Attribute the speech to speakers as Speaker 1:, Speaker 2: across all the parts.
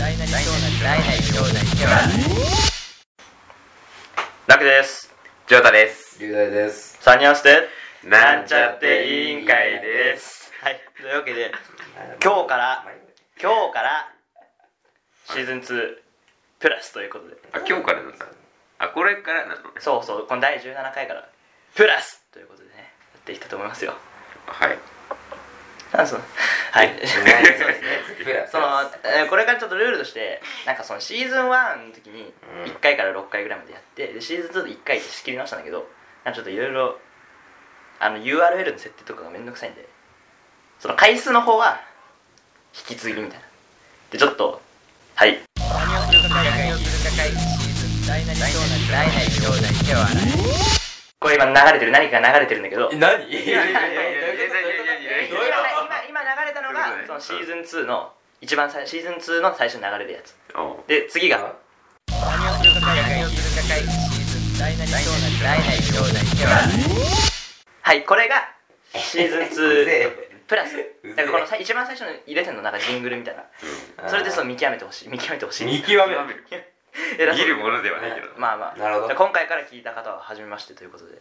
Speaker 1: 大なり小なり大なり小なり
Speaker 2: ラクです。ジョータです。
Speaker 3: 龍大です。
Speaker 2: サニアンして。。
Speaker 3: なんちゃって委員会です
Speaker 2: はい。というわけで、今日から、今日から、シーズン2プラスということで、
Speaker 3: あ、今日からなんだ。あ、これからなのね。
Speaker 2: そうそう、この第17回から、プラスということでね、やっていきたいと思いますよ。
Speaker 3: はい。
Speaker 2: なんその、はい。 そうです
Speaker 3: プ
Speaker 2: ね
Speaker 3: ラ。ス
Speaker 2: その、えーこれからちょっとルールとして、なんかそのシーズン1の時に、
Speaker 3: うん
Speaker 2: 1回から6回ぐらいまでやって、でシーズン2で1回で仕切り直したんだけど、なんかちょっといろいろ、あの、URL の設定とかがめんどくさいんで、その回数の方は、引き継ぎみたいな。で、ちょっと、は
Speaker 1: 何
Speaker 2: い。
Speaker 1: をするか会何をするか会議シーズン大なり小なり大なり小なり手を洗い
Speaker 2: これ今流れてる、何か流れてるんだけど、今、
Speaker 3: 何 いやいやいやいやいやいやいやいやいや
Speaker 2: 今、今流れたの
Speaker 3: どういう
Speaker 2: が、そ
Speaker 3: こ
Speaker 2: の
Speaker 3: と
Speaker 2: シーズン2の、一番最、シーズン2の最初に流れるやつ。
Speaker 3: おう
Speaker 2: で、次が、
Speaker 1: 何をするか会何をするか会議シーズン大なり小なり大なり小なり手を洗い
Speaker 2: はい、これがシーズン
Speaker 3: うぜ
Speaker 2: 2
Speaker 3: え
Speaker 2: プラス
Speaker 3: うぜえ
Speaker 2: だからこのさ一番最初の入れてんのなんかジングルみたいな
Speaker 3: うん
Speaker 2: それでそう見極めてほしい見極めてほしい
Speaker 3: 見極める
Speaker 2: 偉そう
Speaker 3: 見るものではないけど。
Speaker 2: まあまあ
Speaker 3: なるほど
Speaker 2: 今回から聞いた方は初めましてということで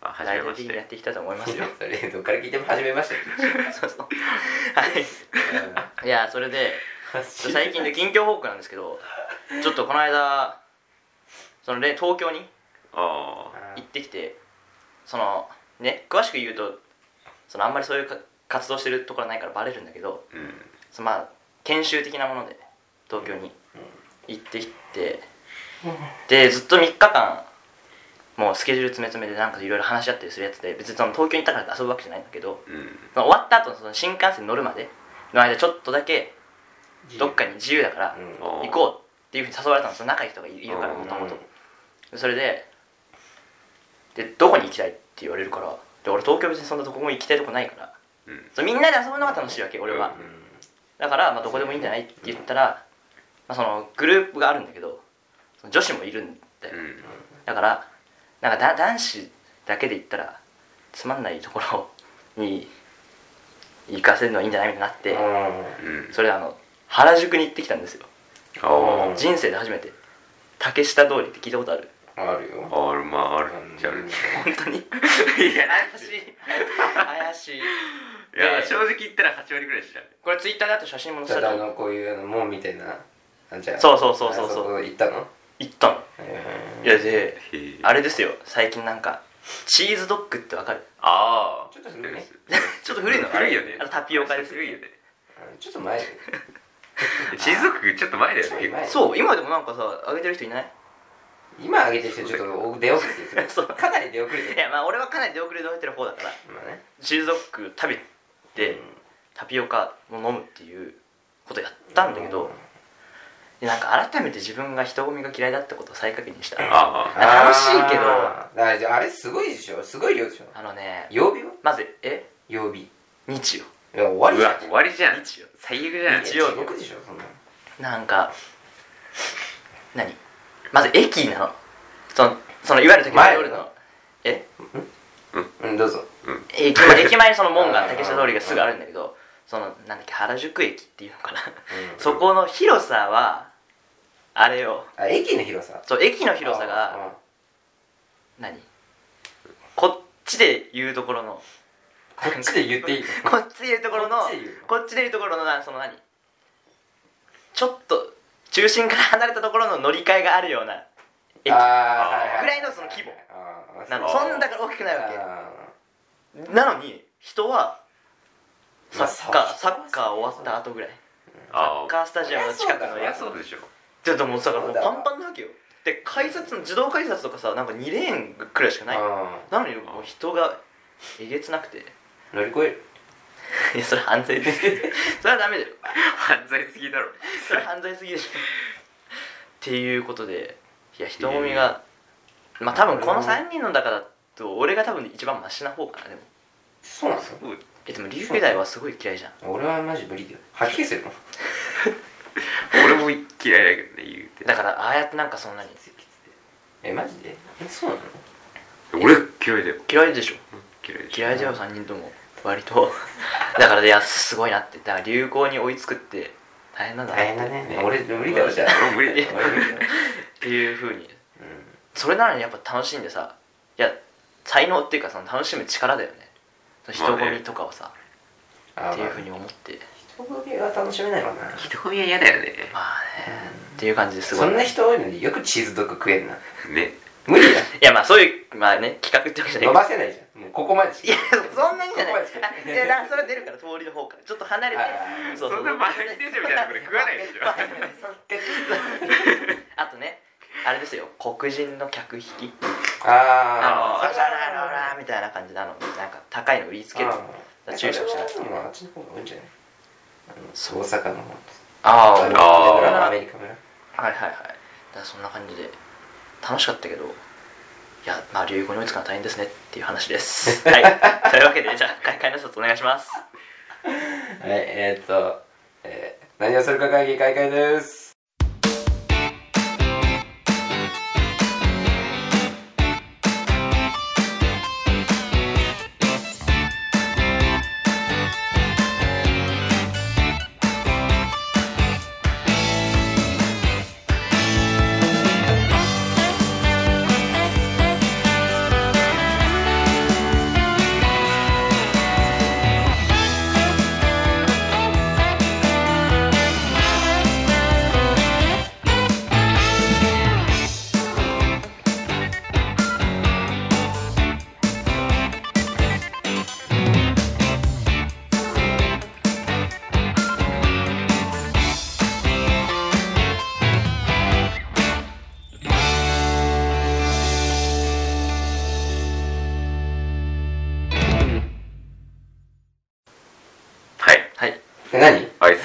Speaker 3: あ、はじめま
Speaker 2: 大体的
Speaker 3: し。
Speaker 2: にやってていきたいと思いますよ
Speaker 3: それどっから聞いても初めまして。
Speaker 2: そうそうはいいやそれでちょ最近で近況報告なんですけどちょっとこの間そのね東京に
Speaker 4: ああ
Speaker 2: 行ってきてそのね詳しく言うとそのあんまりそういうか活動してるところはないからバレるんだけど
Speaker 4: うん
Speaker 2: そのまあ研修的なもので東京に行ってきてでずっと3日間もうスケジュール詰め詰めでなんかいろいろ話し合ったりするやつで別にその東京に行ったからって遊ぶわけじゃないんだけど
Speaker 4: うん
Speaker 2: その終わった後のその新幹線に乗るまでの間ちょっとだけどっかに自由だから
Speaker 3: うん
Speaker 4: あー
Speaker 2: 行こうっていうふうに誘われたんですよ仲いい人がいるから
Speaker 4: うん
Speaker 2: もともとそれででどこに行きたいって言われるからで俺東京別にそんなどこも行きたいとこないから
Speaker 4: うん
Speaker 2: そうみんなで遊ぶのが楽しいわけ俺は、
Speaker 4: うん
Speaker 2: だから、まあ、どこでもいいんじゃないって言ったら、まあ、そのグループがあるんだけどその女子もいるんだよ、
Speaker 4: うん
Speaker 2: だからなんかだ男子だけで言ったらつまんないところに行かせるのはいいんじゃないみたいになって、
Speaker 4: うん
Speaker 2: それであの原宿に行ってきたんですよ、
Speaker 4: あー
Speaker 3: うん
Speaker 2: 人生で初めて竹下通りって聞いたことある
Speaker 3: あるよ。
Speaker 4: あるまああるっちゃある
Speaker 3: うん
Speaker 2: 本当にいや怪しい怪しい
Speaker 4: いや
Speaker 2: で
Speaker 4: 正直言ったら8割ぐらい知らない
Speaker 2: これツイッターだと写真も載
Speaker 3: ちょっ
Speaker 2: せ
Speaker 3: と
Speaker 2: た
Speaker 3: あ
Speaker 2: と
Speaker 3: のこういうあの門みたいな。あじゃあ
Speaker 2: そうそうそうそうそう
Speaker 3: あこ行ったの。
Speaker 2: 行ったのいやで
Speaker 4: へえ
Speaker 2: あれですよ最近なんかチーズドッグってわかる
Speaker 4: ああ
Speaker 3: ちょっと古いね
Speaker 2: ちょっと古いの
Speaker 4: 古いよね
Speaker 2: あのタピオカです
Speaker 4: 古いよね
Speaker 3: うんちょっと前。
Speaker 4: チーズドッグちょっと前だよね結構
Speaker 3: 前
Speaker 2: そう今でもなんかさあげてる人いない
Speaker 3: 今上げてる人ちょっと出遅れてる
Speaker 2: そう
Speaker 3: かなり出遅れて
Speaker 2: い
Speaker 3: る
Speaker 2: やまあ俺はかなり出遅れで終えてる方だから
Speaker 3: まあね
Speaker 2: チーズドッグ食べてタピオカも飲むっていうことやったんだけど、でなんか改めて自分が人混みが嫌いだってことを再確認した
Speaker 4: あ
Speaker 2: 楽しいけど
Speaker 3: あーあじゃああれすごいでしょすごい量でしょ
Speaker 2: あのね
Speaker 3: 曜日は
Speaker 2: まずえ
Speaker 3: 曜日い
Speaker 2: 日曜
Speaker 3: や
Speaker 4: あ
Speaker 3: 終
Speaker 4: う
Speaker 3: わ
Speaker 4: わ
Speaker 3: りじ
Speaker 4: 終わりじゃん
Speaker 2: 日曜
Speaker 4: 最悪
Speaker 3: ゃ
Speaker 4: じ
Speaker 3: ん
Speaker 4: ゃん
Speaker 2: 日曜
Speaker 3: 地獄でしょそんな
Speaker 2: なんか何まず駅なのそのそのいわゆる時
Speaker 3: 前
Speaker 2: 俺のえ
Speaker 3: うんどうぞ
Speaker 2: 駅まあ駅前にその門が
Speaker 3: うん
Speaker 2: 竹下通りがすぐあるんだけどそのなんだっけ原宿駅っていうのかな、
Speaker 3: うん
Speaker 2: そこの広さはあれよ
Speaker 3: あ駅の広さ
Speaker 2: そう駅の広さが何こっちで言うところの
Speaker 3: うんこっちで言って いいの
Speaker 2: こっちで言うところの
Speaker 3: こっちで言うの
Speaker 2: こっちで言うところのなその何ちょっと中心から離れたところの乗り換えがあるような駅
Speaker 3: あー
Speaker 2: ぐらいのその規模
Speaker 3: あー
Speaker 2: なの
Speaker 4: あ
Speaker 3: そう
Speaker 4: ー
Speaker 2: そんだから大きくないわ
Speaker 3: あ
Speaker 2: けなのに人はサ
Speaker 3: まあ
Speaker 2: ッカーサ
Speaker 3: そう
Speaker 2: ッカー終わった後ぐらいサ
Speaker 4: あ
Speaker 2: ッ
Speaker 4: あ
Speaker 2: カースタジアムの近く
Speaker 4: そ
Speaker 2: の
Speaker 4: り
Speaker 2: や
Speaker 4: ゃ
Speaker 2: つ
Speaker 4: そうでしょ
Speaker 2: ちょっともうだからも
Speaker 3: そううだ
Speaker 2: パンパンなわけよで改札の自動改札とかさなんか2レーンくらいしか
Speaker 3: ー
Speaker 2: ない
Speaker 3: あ
Speaker 2: なのにもう人がえげつなくて
Speaker 3: ー乗り越える
Speaker 2: いやそれ犯罪です それはダメだよ
Speaker 4: 犯罪すぎだろ
Speaker 2: それ犯罪すぎでしょっていうことでいや人混みが、まあ多分この3人の中だと俺が多分一番マシな方かなでも
Speaker 3: そうなんですよ
Speaker 4: そう
Speaker 2: えでも竜兵大はすごい嫌いじゃん
Speaker 3: 俺はマジ無理だよ吐き気するもん
Speaker 4: 俺も嫌いだけどね言うて
Speaker 2: だからああやってなんかそんなに
Speaker 3: えマジでえそうなの
Speaker 4: 俺嫌いだよ
Speaker 2: 嫌いでしょ
Speaker 4: 嫌いでしょ
Speaker 2: 嫌いだよ3人とも割とだからいやすごいなってだから流行に追いつくって大変なんだな
Speaker 3: 大変だねね俺無理だろじゃあ
Speaker 4: 俺 無理だ
Speaker 3: 俺無理だろ
Speaker 2: っていうふうに
Speaker 3: うん
Speaker 2: それなのにやっぱ楽しんでさいや才能っていうかその楽しむ力だよねその人
Speaker 4: まあ
Speaker 2: 混
Speaker 4: ね
Speaker 2: みとかをさ、
Speaker 3: あ
Speaker 2: っていうふうに
Speaker 3: まあ
Speaker 2: 思って
Speaker 3: 人混みは楽しめないわな
Speaker 4: 人混みは嫌だよね
Speaker 2: まあね、っていう感じですごい
Speaker 3: そんな人多いのによくチーズドッグ食えんな
Speaker 4: ね
Speaker 3: 無理だ
Speaker 2: いやまあそういうまあね企画ってわけじゃない
Speaker 3: 伸ばせないじゃんもうここまでし
Speaker 2: いや
Speaker 3: か
Speaker 2: そんなにじゃない
Speaker 3: ここまでしか
Speaker 2: あいやだからそれは出るから通りの方からちょっと離れて
Speaker 3: はいはいはい
Speaker 2: そうそう
Speaker 4: そんな満員電車みたいなとこで食わないでしょ
Speaker 2: あとねあれですよ黒人の客引き
Speaker 3: あ
Speaker 2: あ
Speaker 3: ー
Speaker 2: のオラオラオラみたいな感じであのなんか高いの売りつける
Speaker 3: あー
Speaker 2: 注射をしなくて
Speaker 3: それはもうあっちの方が多いんじゃないあの大阪の方
Speaker 2: あ
Speaker 3: あ
Speaker 2: ー
Speaker 3: の
Speaker 2: あ
Speaker 3: アメ
Speaker 2: ー
Speaker 3: リカ村
Speaker 2: はいはいはいだからそんな感じで楽しかったけどいやまあ流行語に追いつくのは大変ですねっていう話ですはいというわけでじゃあ開会の一つお願いします
Speaker 3: はい、えー、っと、えー、何をするか会議開会です。
Speaker 4: はい
Speaker 2: はい
Speaker 3: え、何
Speaker 4: 挨
Speaker 2: はい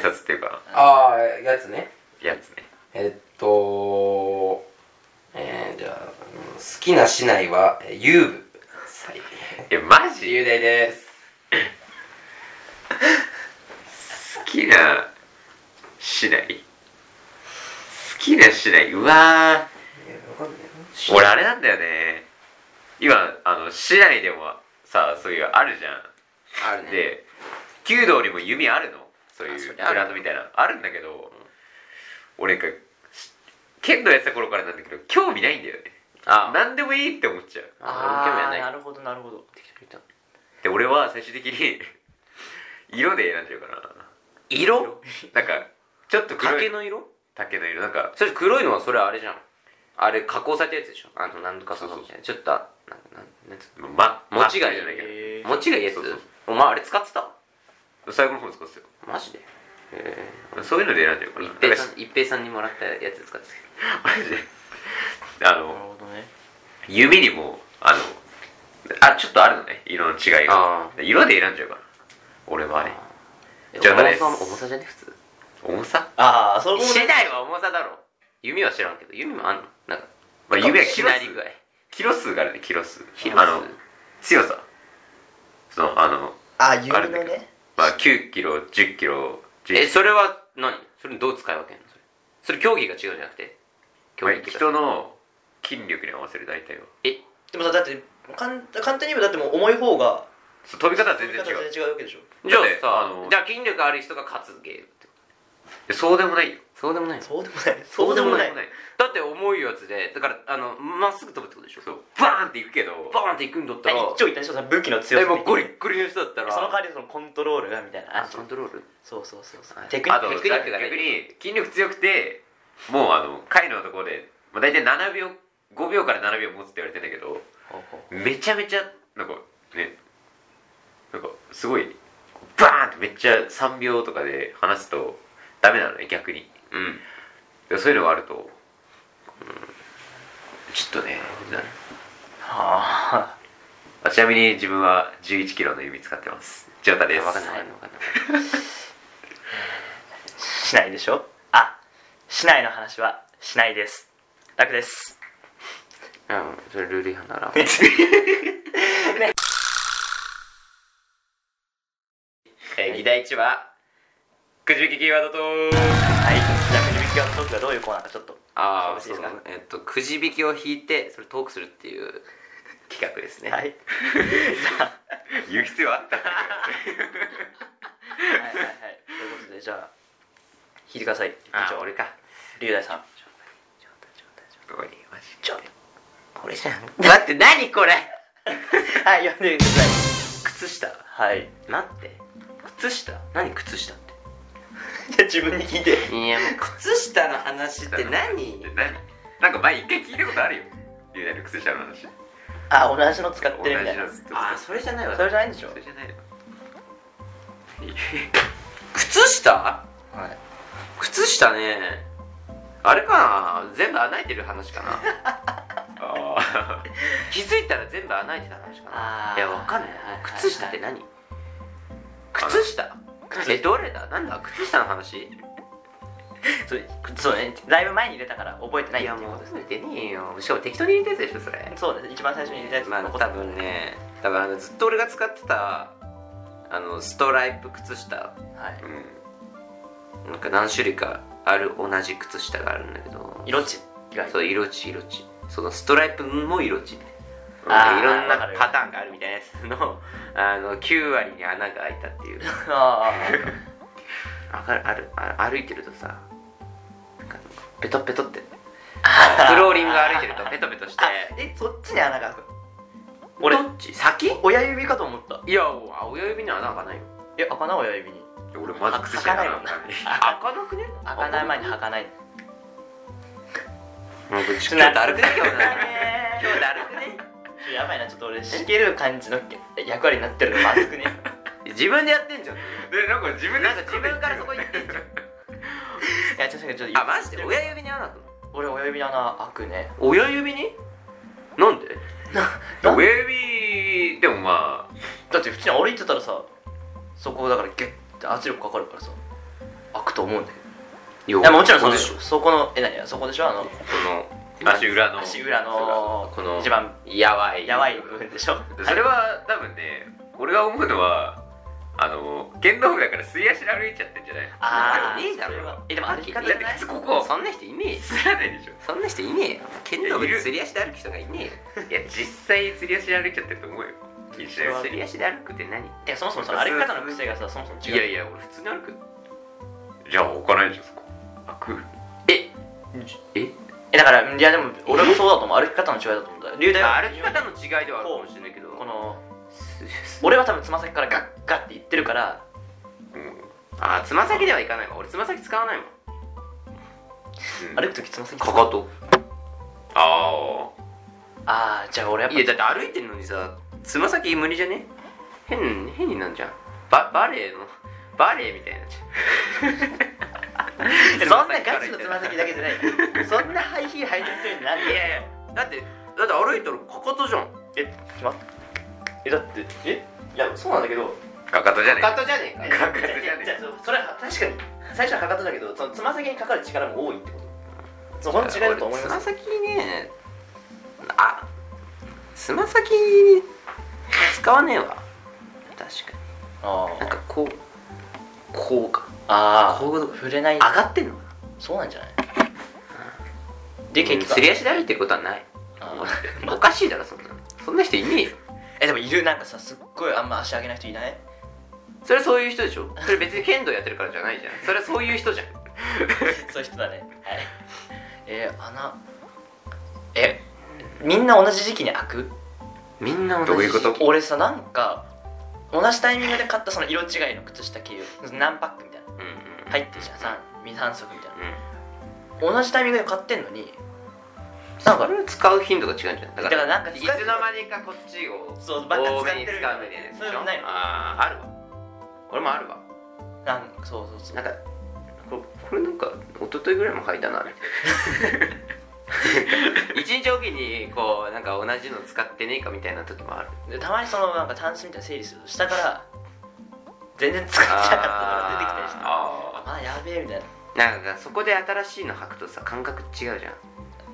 Speaker 4: 拶挨拶っていうか
Speaker 3: あー、やつね。
Speaker 4: やつね
Speaker 3: えーっと、えー、じゃあ、うん好きな市内は、えー遊具。はい。
Speaker 4: えマ
Speaker 3: 自
Speaker 4: ジ
Speaker 3: 由大です。
Speaker 4: 好きな市内好きな市内うわ
Speaker 3: いや、わかんない
Speaker 4: ー俺あれなんだよね今あの市内でもさそういうあるじゃ
Speaker 2: あ
Speaker 4: んで弓道にも弓あるのそうい
Speaker 2: あそうり
Speaker 4: ブ
Speaker 2: ゃある
Speaker 4: ランドみたいなあるんだけど俺なんかし剣道やってた頃からなんだけど興味ないんだよね
Speaker 2: あ
Speaker 4: 何でもいいって思っちゃう
Speaker 2: あ
Speaker 4: 興味
Speaker 2: あ
Speaker 4: はない
Speaker 2: なるほどなるほど
Speaker 4: で俺は最終的に 色で選んじゃうかな
Speaker 2: 色
Speaker 4: なんかちょっと黒い
Speaker 5: 竹の色
Speaker 4: 竹の色なんか
Speaker 5: それ黒いのはそれあれじゃんあれ加工されたやつでしょあの何とかそのみたいなちょっとあなんなんなんつう
Speaker 4: ま、
Speaker 5: 間違い
Speaker 4: じゃないけ
Speaker 2: えー
Speaker 5: の餅がイエス
Speaker 4: そうそう
Speaker 5: お前あれ使ってた
Speaker 4: ど最後の方に使ってたよ
Speaker 5: マジでえ
Speaker 4: そういうので選んでるか
Speaker 5: え
Speaker 4: らな
Speaker 5: 一平
Speaker 4: ん
Speaker 5: さ
Speaker 4: か
Speaker 5: ん一平さんにもらったやつ使って
Speaker 4: マジであ
Speaker 2: なる
Speaker 4: の
Speaker 2: ほどね
Speaker 4: 指にもあのあちょっとあるのね色の違いが
Speaker 5: あ
Speaker 4: 色で選んじゃうから俺は
Speaker 5: た
Speaker 4: ね
Speaker 5: え
Speaker 4: じゃあ誰
Speaker 5: 重さは重さじゃね普通
Speaker 4: 重さ
Speaker 2: ああそういうことね
Speaker 5: 市内は重さだろ弓は知らんけど弓もあんのなんか
Speaker 4: まあ指は
Speaker 5: し
Speaker 4: キロ
Speaker 5: な
Speaker 4: 数
Speaker 5: り具合
Speaker 4: キロ数があるねキロ数
Speaker 5: キロ数
Speaker 4: あの強さそのあの
Speaker 2: あ指
Speaker 4: あ
Speaker 2: の
Speaker 4: るんだけど
Speaker 2: ね
Speaker 4: まあ9キロ10キロ10
Speaker 5: えそれは何それどう使い分けんのそれそれ競技が違うじゃなくて競
Speaker 4: ま
Speaker 5: 技
Speaker 4: あ
Speaker 5: っていうか
Speaker 4: 人の筋力に合わせる大体は
Speaker 5: え
Speaker 2: でもさだってかん簡単に言えばだってもう重い方が
Speaker 4: そう飛び方は全然違う
Speaker 2: 飛び方全然違うわけでしょ
Speaker 5: じゃ
Speaker 4: だって
Speaker 5: あ
Speaker 4: あの
Speaker 5: さじゃあ筋力ある人が勝つゲームってこ
Speaker 4: え
Speaker 5: と
Speaker 4: そうでもないよ
Speaker 5: そうでもないの
Speaker 2: そうでもない
Speaker 5: そうでもない
Speaker 4: そうでもない
Speaker 5: だって重いやつでだからあのまっすぐ飛ぶってことでしょ
Speaker 4: そうバーンっていくけど
Speaker 5: バーンっていくんだったら
Speaker 2: 一丁一短所さ武器の強
Speaker 5: え
Speaker 2: さ
Speaker 5: もうゴリッゴリの人だったら
Speaker 2: その代わりそのコントロールがみたいなあ
Speaker 5: あコントロール
Speaker 2: そうそうそうそう
Speaker 5: はい
Speaker 2: テクニ
Speaker 4: あ
Speaker 2: ッ
Speaker 4: と
Speaker 2: ク
Speaker 5: テクニックがね
Speaker 4: 逆に筋力強くてもうあの回のところで、まあ、大体7秒5秒から7秒持つって言われてんだけど
Speaker 2: ほうほう
Speaker 4: めちゃめちゃなんかねなんかすごいバーンってめっちゃ3秒とかで話すとダメなのね逆に
Speaker 5: うん
Speaker 4: でそういうのがあると、うん、ちょっとねな
Speaker 2: はあ
Speaker 4: あちなみに自分は1 1キロの指使ってますジョータです
Speaker 5: 分かんない分かんない
Speaker 2: しないでしょあしないの話はしないです楽です
Speaker 5: うんそれルール違反 だから
Speaker 2: ね
Speaker 4: えー議題1はくじ引きキーワードと
Speaker 2: はいじゃあくじ引きはトークがどういうコーナーかちょっと
Speaker 5: ああ
Speaker 2: そう
Speaker 5: そう
Speaker 2: です
Speaker 5: だ
Speaker 2: か
Speaker 5: ねえっとくじ引きを引いてそれトークするっていう企画です ね
Speaker 2: はいじゃあ
Speaker 4: 言う必要あった
Speaker 2: はいはいはいということでじゃあ聞いてください
Speaker 4: あ俺か
Speaker 2: 龍大さん
Speaker 4: おいマジ
Speaker 2: ちょっと
Speaker 4: これじゃん待って何これ
Speaker 2: はい読んでください
Speaker 5: 靴下
Speaker 2: はい
Speaker 5: 待って
Speaker 2: 靴下い
Speaker 5: 何靴下って
Speaker 2: や 自分に聞いて
Speaker 5: いやもう靴下の話って何
Speaker 4: で何なんか前一回聞いたことあるよ龍大の靴下の話
Speaker 2: あ同じの使っ
Speaker 4: 同
Speaker 2: て
Speaker 4: じ
Speaker 2: るみたいな
Speaker 4: のずっと
Speaker 5: あーそれじゃないわ
Speaker 2: それじゃないんでしょ
Speaker 4: それじゃないの
Speaker 5: 靴下
Speaker 2: はい
Speaker 5: 靴下ねあれかな全部穴開いてる 話かな
Speaker 4: あー
Speaker 5: 気づいたら全部穴開いてた話か
Speaker 2: あ
Speaker 5: な
Speaker 2: ー
Speaker 5: いやわかんない
Speaker 2: はいはいはい
Speaker 5: 靴下って何靴下えどれだなんだ靴下の話
Speaker 2: そうそうねだいぶ前に入れたから覚えてない
Speaker 5: い
Speaker 2: って
Speaker 5: や
Speaker 2: いうこ
Speaker 5: もう
Speaker 2: とです
Speaker 5: 覚えてねえよしかも適当に入れたやつでしょそれ
Speaker 2: そうです一番最初に入れたやつ
Speaker 5: まあ
Speaker 2: 残っ
Speaker 5: 多分ね多分あのずっと俺が使ってたあのストライプ靴下
Speaker 2: はい
Speaker 4: うん
Speaker 5: なんか何種類かある同じ靴下があるんだけど
Speaker 2: 色地が
Speaker 5: そう色地色地そのストライプも色地
Speaker 2: あー
Speaker 5: いろんな
Speaker 2: わかる
Speaker 5: パターンがあるみたいなやつの あの9割に穴が開いたっていう
Speaker 2: あ
Speaker 5: わかるあるあ歩いてるとさなんかペトペトって
Speaker 2: あ
Speaker 5: フローリング歩いてるとペトペトして
Speaker 2: あえそっちに穴が開く
Speaker 5: 俺
Speaker 2: 俺
Speaker 5: どっち先い
Speaker 2: 親指かと思った
Speaker 5: やあ親指に穴開かないよ
Speaker 2: え開かない親指に
Speaker 4: 俺マジ靴
Speaker 2: 履
Speaker 4: 下
Speaker 2: かない
Speaker 4: な
Speaker 2: も
Speaker 4: ん
Speaker 2: ん
Speaker 4: だ
Speaker 2: な
Speaker 4: ね
Speaker 5: 開かなくね
Speaker 2: 開かない前に履かない
Speaker 5: もう今日だるくね今日だるく ね
Speaker 2: 今日
Speaker 5: 今
Speaker 2: だ
Speaker 5: 日だ
Speaker 2: る
Speaker 5: る
Speaker 2: く
Speaker 5: く
Speaker 2: ね
Speaker 5: ね
Speaker 2: ちょやばいなちょっと俺しける感じの役割になってるのまず くね
Speaker 5: 自分でやってんじゃん
Speaker 4: でなんか自分で
Speaker 5: なんか自分からそこ行ってんじゃ
Speaker 2: い
Speaker 5: ん
Speaker 2: や確かにちょっと
Speaker 5: あマジで親指に穴開く
Speaker 2: 俺親指の穴開くね
Speaker 5: の親指になんで
Speaker 4: ゃん親指でもまあ
Speaker 2: だって普通に歩いてたらさそこだからギュッて圧力かかるからさ開くと思うんだけ
Speaker 5: い
Speaker 2: どいやもちろんそ
Speaker 5: こ
Speaker 2: の
Speaker 5: でしょ
Speaker 2: そこのえ何そこでしょあの
Speaker 4: この足裏の
Speaker 2: 足裏の
Speaker 5: この
Speaker 2: 一番
Speaker 5: やばい
Speaker 2: やばい部分でしょ
Speaker 4: それは多分ね俺が思うのはあの剣道部だから吸い足で歩いちゃってんじゃないの
Speaker 2: あー
Speaker 5: いいだろ
Speaker 2: それはえでも歩き方じ
Speaker 4: だ
Speaker 2: ゃ
Speaker 4: って
Speaker 2: ない
Speaker 4: 靴ここ
Speaker 5: そんな人いねえよ
Speaker 4: 擦らないでしょ
Speaker 5: そんな人いねえよ剣道部
Speaker 4: い
Speaker 5: で
Speaker 4: る
Speaker 5: すり足で歩く人がいねえよ
Speaker 4: いや実際すり足で歩いちゃってると思うよ気にしないう
Speaker 5: す
Speaker 4: ちに
Speaker 5: り足で歩くって何い
Speaker 2: てかそもそもその歩き方の癖がさそもそも違う
Speaker 5: やいや俺普通に歩く
Speaker 4: じゃあ置かないでしょそこ開く
Speaker 5: ええ
Speaker 2: えだからいやでも俺もそうだと思う歩き方の違いだと思うんだ龍大は
Speaker 5: あ歩き方の違いではあるかもしれないけど
Speaker 2: この俺は多分つま先からガッガッっていってるから
Speaker 4: うんうん
Speaker 5: あつま先ではいかないわ俺つま先使わないもん
Speaker 2: 歩く時つま先
Speaker 5: かかと
Speaker 4: あ
Speaker 2: ああじゃあ俺やっぱ
Speaker 5: いやだって歩いてるのにさつま先無理じゃね変変になんじゃんババレエのバレエみたいになっちゃう
Speaker 2: そんなガチのつま先だけじゃないからそんなハイヒール履いてる人になん
Speaker 5: い
Speaker 2: で
Speaker 5: やいやだってだって歩いたらかかとじゃん
Speaker 2: えちょっと待ってえだってえいやそうなんだけど
Speaker 4: あかかとじゃねえ
Speaker 5: かかとじゃねえか
Speaker 4: かとじゃねえ
Speaker 2: じゃあじゃあそれは確かに最初はかかとだけどそのつま先にかかる力も多いってことそこの違いだと思い
Speaker 5: つま
Speaker 2: ます
Speaker 5: 先ねあつま先に使わねえわ確か
Speaker 2: あ
Speaker 5: になんかこうこうか
Speaker 2: あ
Speaker 5: こう
Speaker 2: 触れない
Speaker 5: 上がってんのかな
Speaker 2: そうなんじゃないで結
Speaker 5: うん
Speaker 2: 局
Speaker 5: すり足で歩いてることはない
Speaker 2: あ
Speaker 5: おかしいだろそんなのそんな人いねえよ
Speaker 2: えでもいるなんかさすっごいあんま足上げない人いない
Speaker 5: それそういう人でしょそれ別に剣道やってるからじゃないじゃんそれそういう人じゃん
Speaker 2: そういう人だねはいえー、穴えみんな同じ時期に開く
Speaker 5: みんな
Speaker 4: どういうこと
Speaker 2: 俺さなんか同じタイミングで買ったその色違いの靴下系何パックみたいな
Speaker 5: うんうん
Speaker 2: 入ってるじゃん3三足みたい
Speaker 5: うん
Speaker 2: な同じタイミングで買ってんのになんか
Speaker 5: それ使う頻度が違うんじゃないだ
Speaker 2: だからなんか
Speaker 5: いつの間にかこっちを
Speaker 2: そうばっか
Speaker 5: 多
Speaker 2: 使っ
Speaker 5: め
Speaker 2: て
Speaker 5: に
Speaker 2: る
Speaker 5: 使う
Speaker 2: み
Speaker 5: み
Speaker 2: たい
Speaker 5: た
Speaker 2: なや
Speaker 5: いなや
Speaker 2: つ
Speaker 5: つ
Speaker 2: そういうのないの
Speaker 5: あああるわ俺もあるわ
Speaker 2: なんかそうそうそう
Speaker 5: なんかここれなんか一昨日ぐらいも履いたなみたいな一日おきにこうなんか同じの使ってねえかみたいな時もある
Speaker 2: でたまにそのなんかタンスみたいなの整理すると下から全然 使ってなかったから出てきたりして
Speaker 4: あ
Speaker 2: あやべえみたいな
Speaker 5: なんかそこで新しいの履くとさ感覚違うじゃ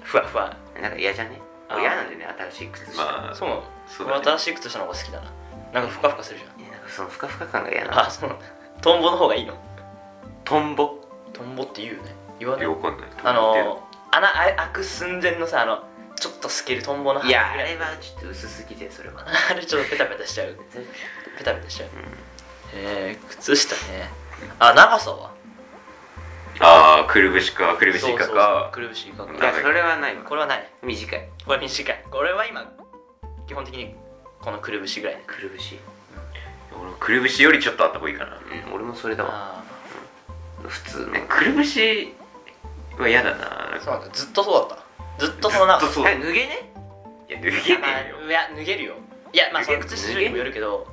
Speaker 2: ふわふわ
Speaker 5: んなんか嫌じゃね
Speaker 2: あー
Speaker 5: 嫌なんでね新しい靴下、
Speaker 4: まあ
Speaker 2: そうなの
Speaker 4: そう
Speaker 2: こ
Speaker 4: だ
Speaker 2: の
Speaker 4: ね
Speaker 2: 新しい靴下の方が好きだななんかふかふかするじゃん
Speaker 5: いやなんかそのふかふか感が嫌なの
Speaker 2: あそうなんだトンボの方がいいの
Speaker 5: トンボ
Speaker 2: トンボって言うよね言わ
Speaker 4: あ
Speaker 2: ない
Speaker 4: よくわかんない
Speaker 2: あの穴あ開く寸前のさあのちょっと透けるトンボの
Speaker 5: いやあ
Speaker 2: ぐら
Speaker 5: れはちょっと薄すぎてそれは
Speaker 2: あ れちょっとペタペタしちゃうペタペタしちゃう、へえ靴下ねあ長さは
Speaker 4: あかくるぶしかくるぶし
Speaker 2: そう
Speaker 4: いか
Speaker 2: そうそう
Speaker 4: か
Speaker 2: くるぶしいか
Speaker 4: うん
Speaker 5: いやそれはないわ
Speaker 2: これはない
Speaker 5: 短い
Speaker 2: これ短いこれは今基本的にこのくるぶしぐらい
Speaker 5: くるぶし、
Speaker 4: 俺もくるぶしよりちょっとあった方がいいかな
Speaker 5: うん、俺もそれだわ
Speaker 2: あ
Speaker 5: 普通の
Speaker 4: ねくるぶしは嫌だなな
Speaker 2: あ
Speaker 4: ん
Speaker 2: そう
Speaker 4: か
Speaker 2: なんだずっとそうだったずっとそのな
Speaker 4: ずっとそう
Speaker 5: え脱げね
Speaker 4: いや脱げねえよ
Speaker 2: いや脱げるよいやまあそ
Speaker 4: 脱げ
Speaker 2: の靴下にもよるけど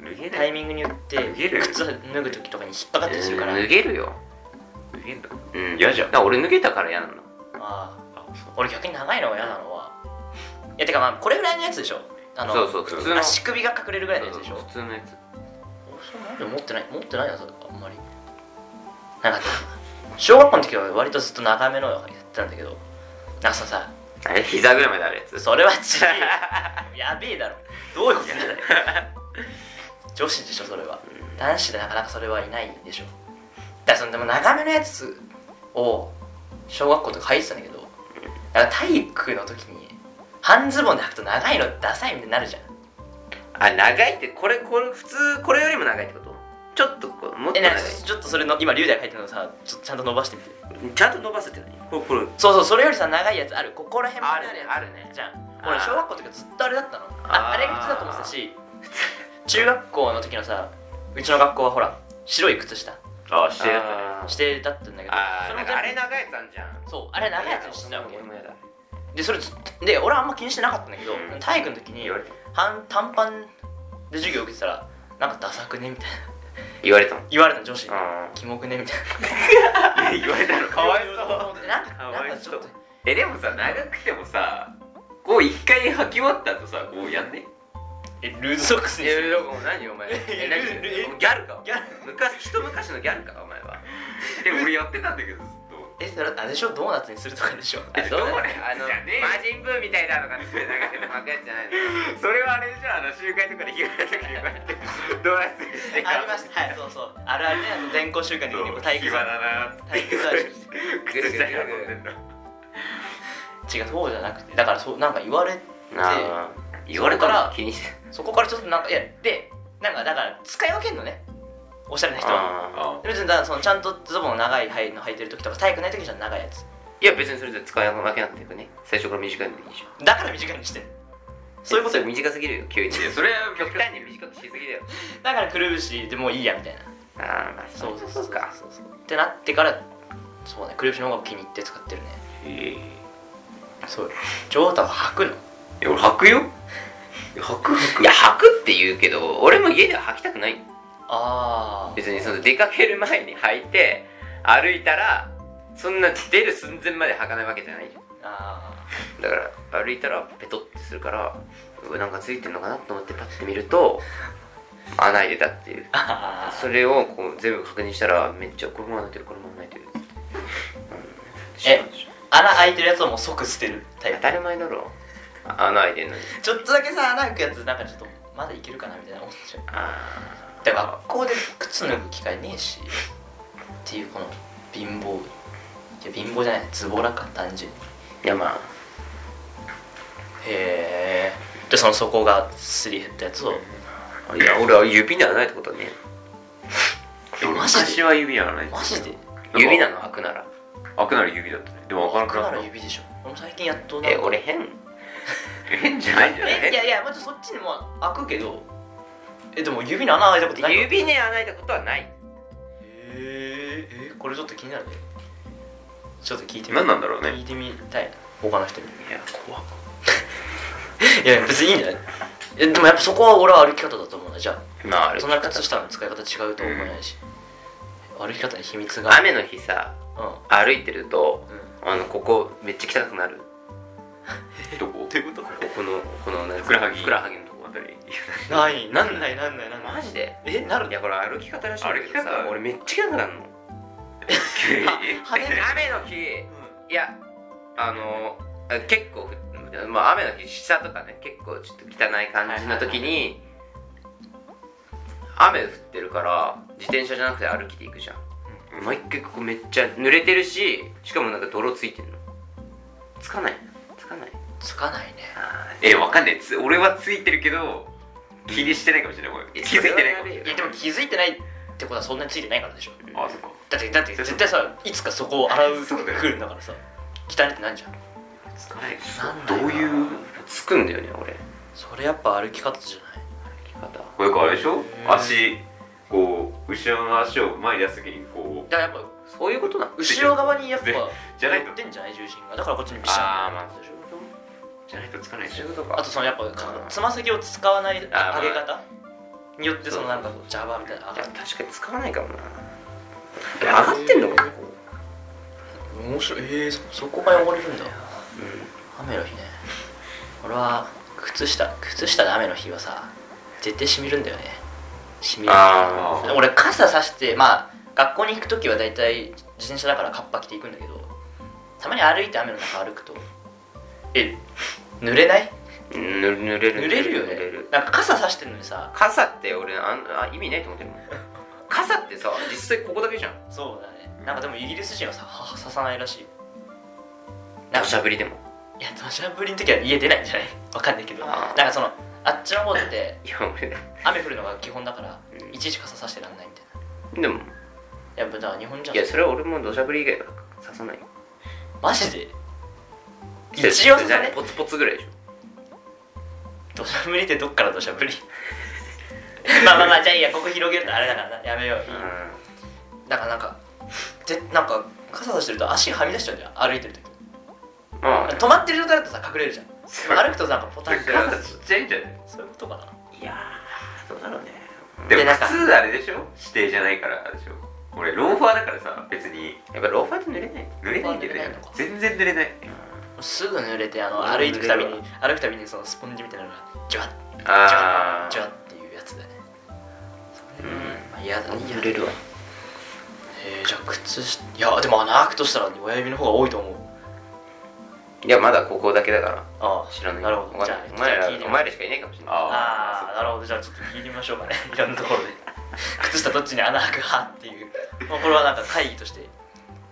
Speaker 4: 脱げな
Speaker 2: タイ
Speaker 4: い
Speaker 2: ミングによって
Speaker 4: 脱げる
Speaker 2: 靴脱ぐ時とかに引っかかったりするから
Speaker 5: うん脱げるよ
Speaker 4: 脱げんだ
Speaker 5: うん
Speaker 4: 嫌じゃん
Speaker 5: だから俺脱げたから嫌なの
Speaker 2: ああ
Speaker 4: あそう
Speaker 2: 俺逆に長いのが嫌なのはいやてかまあこれぐらいのやつでしょあの
Speaker 5: そうそう普通の
Speaker 2: 足首が隠れるぐらいのやつでしょ
Speaker 5: 普通のやつ
Speaker 2: 俺それなんで持ってない持ってないやつあんまりなかった小学校の時は割とずっと長めのやってたんだけどなんかそのさ
Speaker 5: あれ膝ぐらいまであるやつ
Speaker 2: それは違 うやべえだろどういうことなんだよ女子でしょそれは男子でなかなかそれはいないでしょだからそのでも長めのやつを小学校とか履いてたんだけどなんか体育の時に半ズボンで履くと長いのダサいみたいになるじゃん
Speaker 5: あ長いってこれこれ普通これよりも長いってことちょっとこうもっと
Speaker 2: え
Speaker 5: 長
Speaker 2: ないんかちょっとそれの今龍大が履いてるのさちょっとちゃんと伸ばしてみて
Speaker 5: ちゃんと伸ばすって何これこれ
Speaker 2: そうそうそれよりさ長いやつあるここら辺まであるやつ
Speaker 5: あるねあるね
Speaker 2: じゃん
Speaker 5: あー
Speaker 2: 俺小学校の時はずっとあれだったのあ
Speaker 5: あー
Speaker 2: あれが靴だと思ってたし中学校の時のさうちの学校はほら白い靴下
Speaker 4: あしてやったね
Speaker 5: あー
Speaker 2: 指定だったんだけど
Speaker 5: あー
Speaker 2: それ
Speaker 5: なん
Speaker 2: も全
Speaker 5: か
Speaker 2: 部
Speaker 5: あれ長いやつあんじゃん
Speaker 2: そうあれ長いやつにしてたわけ
Speaker 5: 俺もやだ
Speaker 2: でそれずっとで俺はあんま気にしてなかったんだけど、
Speaker 4: うん
Speaker 2: 体育の時に
Speaker 5: 言われた
Speaker 2: 半短パンで授業受けてたらなんかダサくねみたいな
Speaker 5: 言われたもん
Speaker 2: 言われたの女子に
Speaker 5: あ
Speaker 2: キモくねみたい
Speaker 4: いや言われたの
Speaker 2: な
Speaker 4: かわいそう
Speaker 2: うなんか
Speaker 4: か
Speaker 2: な
Speaker 4: わ
Speaker 2: ん
Speaker 4: い
Speaker 2: かち
Speaker 4: そ
Speaker 2: ょっ
Speaker 4: う
Speaker 2: と
Speaker 4: えでもさ長くてもさこう一回履き終わった後さこうやんね
Speaker 2: えルーズソックス
Speaker 5: い
Speaker 2: に
Speaker 5: や
Speaker 2: す
Speaker 5: い
Speaker 2: る
Speaker 5: やもう何お前え何
Speaker 2: ええ
Speaker 5: おギャルかお前
Speaker 2: ギャ
Speaker 5: 昔一昔のギャルかお前は
Speaker 4: で俺やってたんだけどずっと
Speaker 2: えそれあれでしょドーナツにするとかでしょ
Speaker 5: あどうもねあの
Speaker 4: じゃねえよ
Speaker 5: 魔人ブーみたいだとかって流してるやつじゃないの
Speaker 4: それはあれじゃんあの集会とかで言われたけど言われてドラスして
Speaker 2: ありましたはいそうそうあるあるねあの全校集会の時にこう体育
Speaker 4: 暇
Speaker 2: 座
Speaker 4: だなーっ
Speaker 2: 体
Speaker 4: て
Speaker 2: 育座りして
Speaker 4: ぐるぐるぐるぐる
Speaker 2: 違うそうじゃなくてだからそうなんか言われて
Speaker 5: あー言われたら気にして
Speaker 2: そこからちょっとなんかいやでなんかだから使い分けんのねおしゃれな人は
Speaker 4: あ
Speaker 5: あ
Speaker 2: 別にだからそのちゃんとズボンの長い範囲の履いてる時とか体育ない時じゃ長いやつ
Speaker 5: ーいや別にそれじゃ使い分けなくていいよね最初から短いのでいいでしょ
Speaker 2: だから短いにしてるそういうことよ
Speaker 5: 短すぎるよ急に
Speaker 4: いやそれは
Speaker 5: 極端に短くしすぎだよ
Speaker 2: だからくるぶしでもういいやみたいな
Speaker 5: ああまあ
Speaker 2: そうそうそうそう
Speaker 5: か
Speaker 2: そうそうってなってからそうねくるぶしの方が気に入って使ってるね
Speaker 4: え
Speaker 2: そうジョータは履くの
Speaker 4: え俺履く よ履く履
Speaker 5: いや履くって言うけど俺も家では履きたくない
Speaker 2: ああ
Speaker 5: 別にその出かける前に履いて歩いたらそんな出る寸前まで履かないわけじゃないじゃん
Speaker 2: あ
Speaker 5: だから歩いたらペトってするからうわなんかついてんのかなと思ってパッて見ると穴開いてたっていう
Speaker 2: ーあー
Speaker 5: それをこう全部確認したらめっちゃこれも穴開いてるこれも穴開いてるって、
Speaker 2: え
Speaker 5: うん
Speaker 2: 穴開いてるやつをもう即捨てるタイ
Speaker 5: 当
Speaker 2: プ
Speaker 5: たり前だろあ穴開いてんのに
Speaker 2: ちょっとだけさ穴開くやつなんかちょっとまだいけるかなみたいな思っちゃう
Speaker 5: あ
Speaker 2: だから学校で靴脱ぐ機会ねえしっていうこの貧乏いや貧乏じゃないズボラか単純に
Speaker 5: ーいやまあ
Speaker 2: へえでその底がすり減ったやつを
Speaker 5: いや俺は指に穴開いたことはね
Speaker 2: えマジで
Speaker 4: 昔は指やらない
Speaker 2: マジで
Speaker 5: 指なの開くなら
Speaker 4: 開くなら指だったねでも開かな
Speaker 2: な
Speaker 4: くな
Speaker 2: ら
Speaker 4: った
Speaker 2: 指でしょ俺も最近やっとなん
Speaker 5: え
Speaker 2: か
Speaker 5: 俺変
Speaker 4: 変じゃないんじゃない
Speaker 2: えいやいやまずそっちにも開くけどえでも指の穴開いたことない
Speaker 5: 指に穴開いたことはない
Speaker 2: えー、えーこれちょっと気になるねちょっと聞いてみ
Speaker 4: 何なんだろうね
Speaker 2: 聞いてみたい他の人に
Speaker 5: いや怖っ
Speaker 2: いや別にいいんじゃない えでもやっぱそこは俺は歩き方だと思うなじゃあ
Speaker 5: まあ
Speaker 2: そんな靴下の使い方違うと思えないし、歩き方に秘密が
Speaker 5: 雨の日さ
Speaker 2: うん
Speaker 5: 歩いてると
Speaker 2: うん
Speaker 5: あのここめっちゃ汚くなる
Speaker 4: どこ
Speaker 2: どういうこ
Speaker 5: ここのこのなんか
Speaker 4: ふくらはぎ
Speaker 5: ふくらはぎのとこ
Speaker 4: あ たり
Speaker 2: とないなんないなんないなんない
Speaker 5: マジで
Speaker 2: えなる
Speaker 5: いやこれ歩き方らしいんだけど
Speaker 4: 歩き
Speaker 5: さ
Speaker 4: 方
Speaker 5: 俺めっちゃ汚くなるの
Speaker 4: 急に
Speaker 2: 派手な
Speaker 5: 雨の日いやあのあ結構ふまあ雨の日下とかね結構ちょっと汚い感じの時に雨降ってるから自転車じゃなくて歩きで行くじゃん毎回ここめっちゃ濡れてるししかもなんか泥ついてんのつかないつかない
Speaker 2: つかないね
Speaker 5: あ
Speaker 4: えわかんないつ俺はついてるけど気にしてないかもしれないこれ気づいてないかもしれない
Speaker 2: いやでも気づいてないってことはそんなについてないからでしょ
Speaker 4: あそっか
Speaker 2: だってだって絶対さいつかそこを洗う時が来るんだからさ汚いってなんじゃん
Speaker 4: つかない
Speaker 5: どういうつくんだよね俺
Speaker 2: それやっぱ歩き方じゃない
Speaker 4: これよくあれでしょ足こう後ろの足を前に出す時にこう
Speaker 2: だからやっぱ
Speaker 5: そういうことなの
Speaker 2: 後ろ側にやっぱ
Speaker 4: でじゃないと
Speaker 2: 乗ってんじゃない重心がだからこっちにビシャンってなるんでしょ
Speaker 4: じゃないとつかないでし
Speaker 5: そう
Speaker 4: ょ
Speaker 5: いうこと
Speaker 2: あ
Speaker 5: か
Speaker 2: とそのやっぱかつま先を使わない上げ
Speaker 5: あーまあ
Speaker 2: 方によってそのなんかこうジャバーみたいな上
Speaker 5: いや
Speaker 2: が
Speaker 5: 確かに使わないかもな上がってんのかなここ
Speaker 2: 面白いえー、そそこが汚れるんだ雨の日ね俺は靴下靴下で雨の日はさ絶対染みるんだよね染みる
Speaker 5: あ
Speaker 4: ー
Speaker 2: 俺傘さしてまあ学校に行く時は大体自転車だからカッパ着ていくんだけどたまに歩いて雨の中歩くとえ濡れない
Speaker 5: うんぬ濡れる
Speaker 2: 濡れるよね
Speaker 5: 濡れる
Speaker 2: なんか傘さしてるのにさ
Speaker 5: 傘って俺あんあ意味ないと思ってるもん傘ってさ実際ここだけじゃん
Speaker 2: そうだねなんかでもイギリス人はさはささないらしいなん
Speaker 5: 土
Speaker 2: か
Speaker 5: 砂降りでも
Speaker 2: いや土砂降りの時は家出ないんじゃない わかんないけどな
Speaker 5: あ
Speaker 2: ん
Speaker 5: ー
Speaker 2: かそのあっちの方って
Speaker 5: いや俺ね
Speaker 2: 雨降るのが基本だから
Speaker 5: うん
Speaker 2: いちいち傘さしてらんないみたいな
Speaker 5: でも
Speaker 2: やっぱだから日本じゃん
Speaker 5: いやそれは俺も土砂降り以外は刺さないよ
Speaker 2: マジで一応刺され
Speaker 5: ポツポツぐらいでしょ
Speaker 2: 土砂降りってどっから土 砂降りまあまあまあじゃあいいやここ広げるとあれだからなやめよう
Speaker 5: う
Speaker 2: だからなんかぜなんか傘さしてると足がはみ出しちゃうんじゃん歩いてる時
Speaker 5: んまあ
Speaker 2: 止まってる状態だとさ隠れるじゃん
Speaker 4: そう
Speaker 2: 歩くとなんかポタンって
Speaker 4: 傘ちっちゃいんじゃない
Speaker 2: そういうことかない
Speaker 5: やーどうだろうね
Speaker 4: でも
Speaker 2: でなんか
Speaker 4: 靴あれでしょ指定じゃないからあれでしょ俺ローファーだからさ別に
Speaker 5: やっぱローファーって濡れない
Speaker 4: 濡れないんだ
Speaker 2: ローファー濡
Speaker 4: よ
Speaker 2: れない
Speaker 4: ね
Speaker 2: のか
Speaker 4: 全然濡れない
Speaker 2: すぐ濡れてあの
Speaker 5: 俺も
Speaker 2: 歩いてくたびに
Speaker 5: 濡
Speaker 2: 歩
Speaker 5: れ
Speaker 2: くたびにそのスポンジみたいなのがジュワッジュワ
Speaker 5: あ
Speaker 2: ッ
Speaker 5: あ
Speaker 2: ジュワッっていうやつだね
Speaker 5: うん
Speaker 2: まあ嫌だ嫌だ
Speaker 5: 濡れるわ
Speaker 2: えー、じゃあ靴下いやでも穴開くとしたら親指の方が多いと思う
Speaker 5: いやまだここだけだから
Speaker 2: ああ
Speaker 5: 知らない
Speaker 2: なるほど
Speaker 5: わ
Speaker 2: じ
Speaker 5: か
Speaker 2: ゃ
Speaker 5: んない
Speaker 2: あ
Speaker 5: お前ら
Speaker 2: 聞いてみ
Speaker 5: お前らしかいないかもしれない
Speaker 4: あ
Speaker 2: ああなるほどじゃあちょっと聞いてみましょうかね いろんなところで靴下どっちに穴開く派っていう、まあ、これはなんか会議として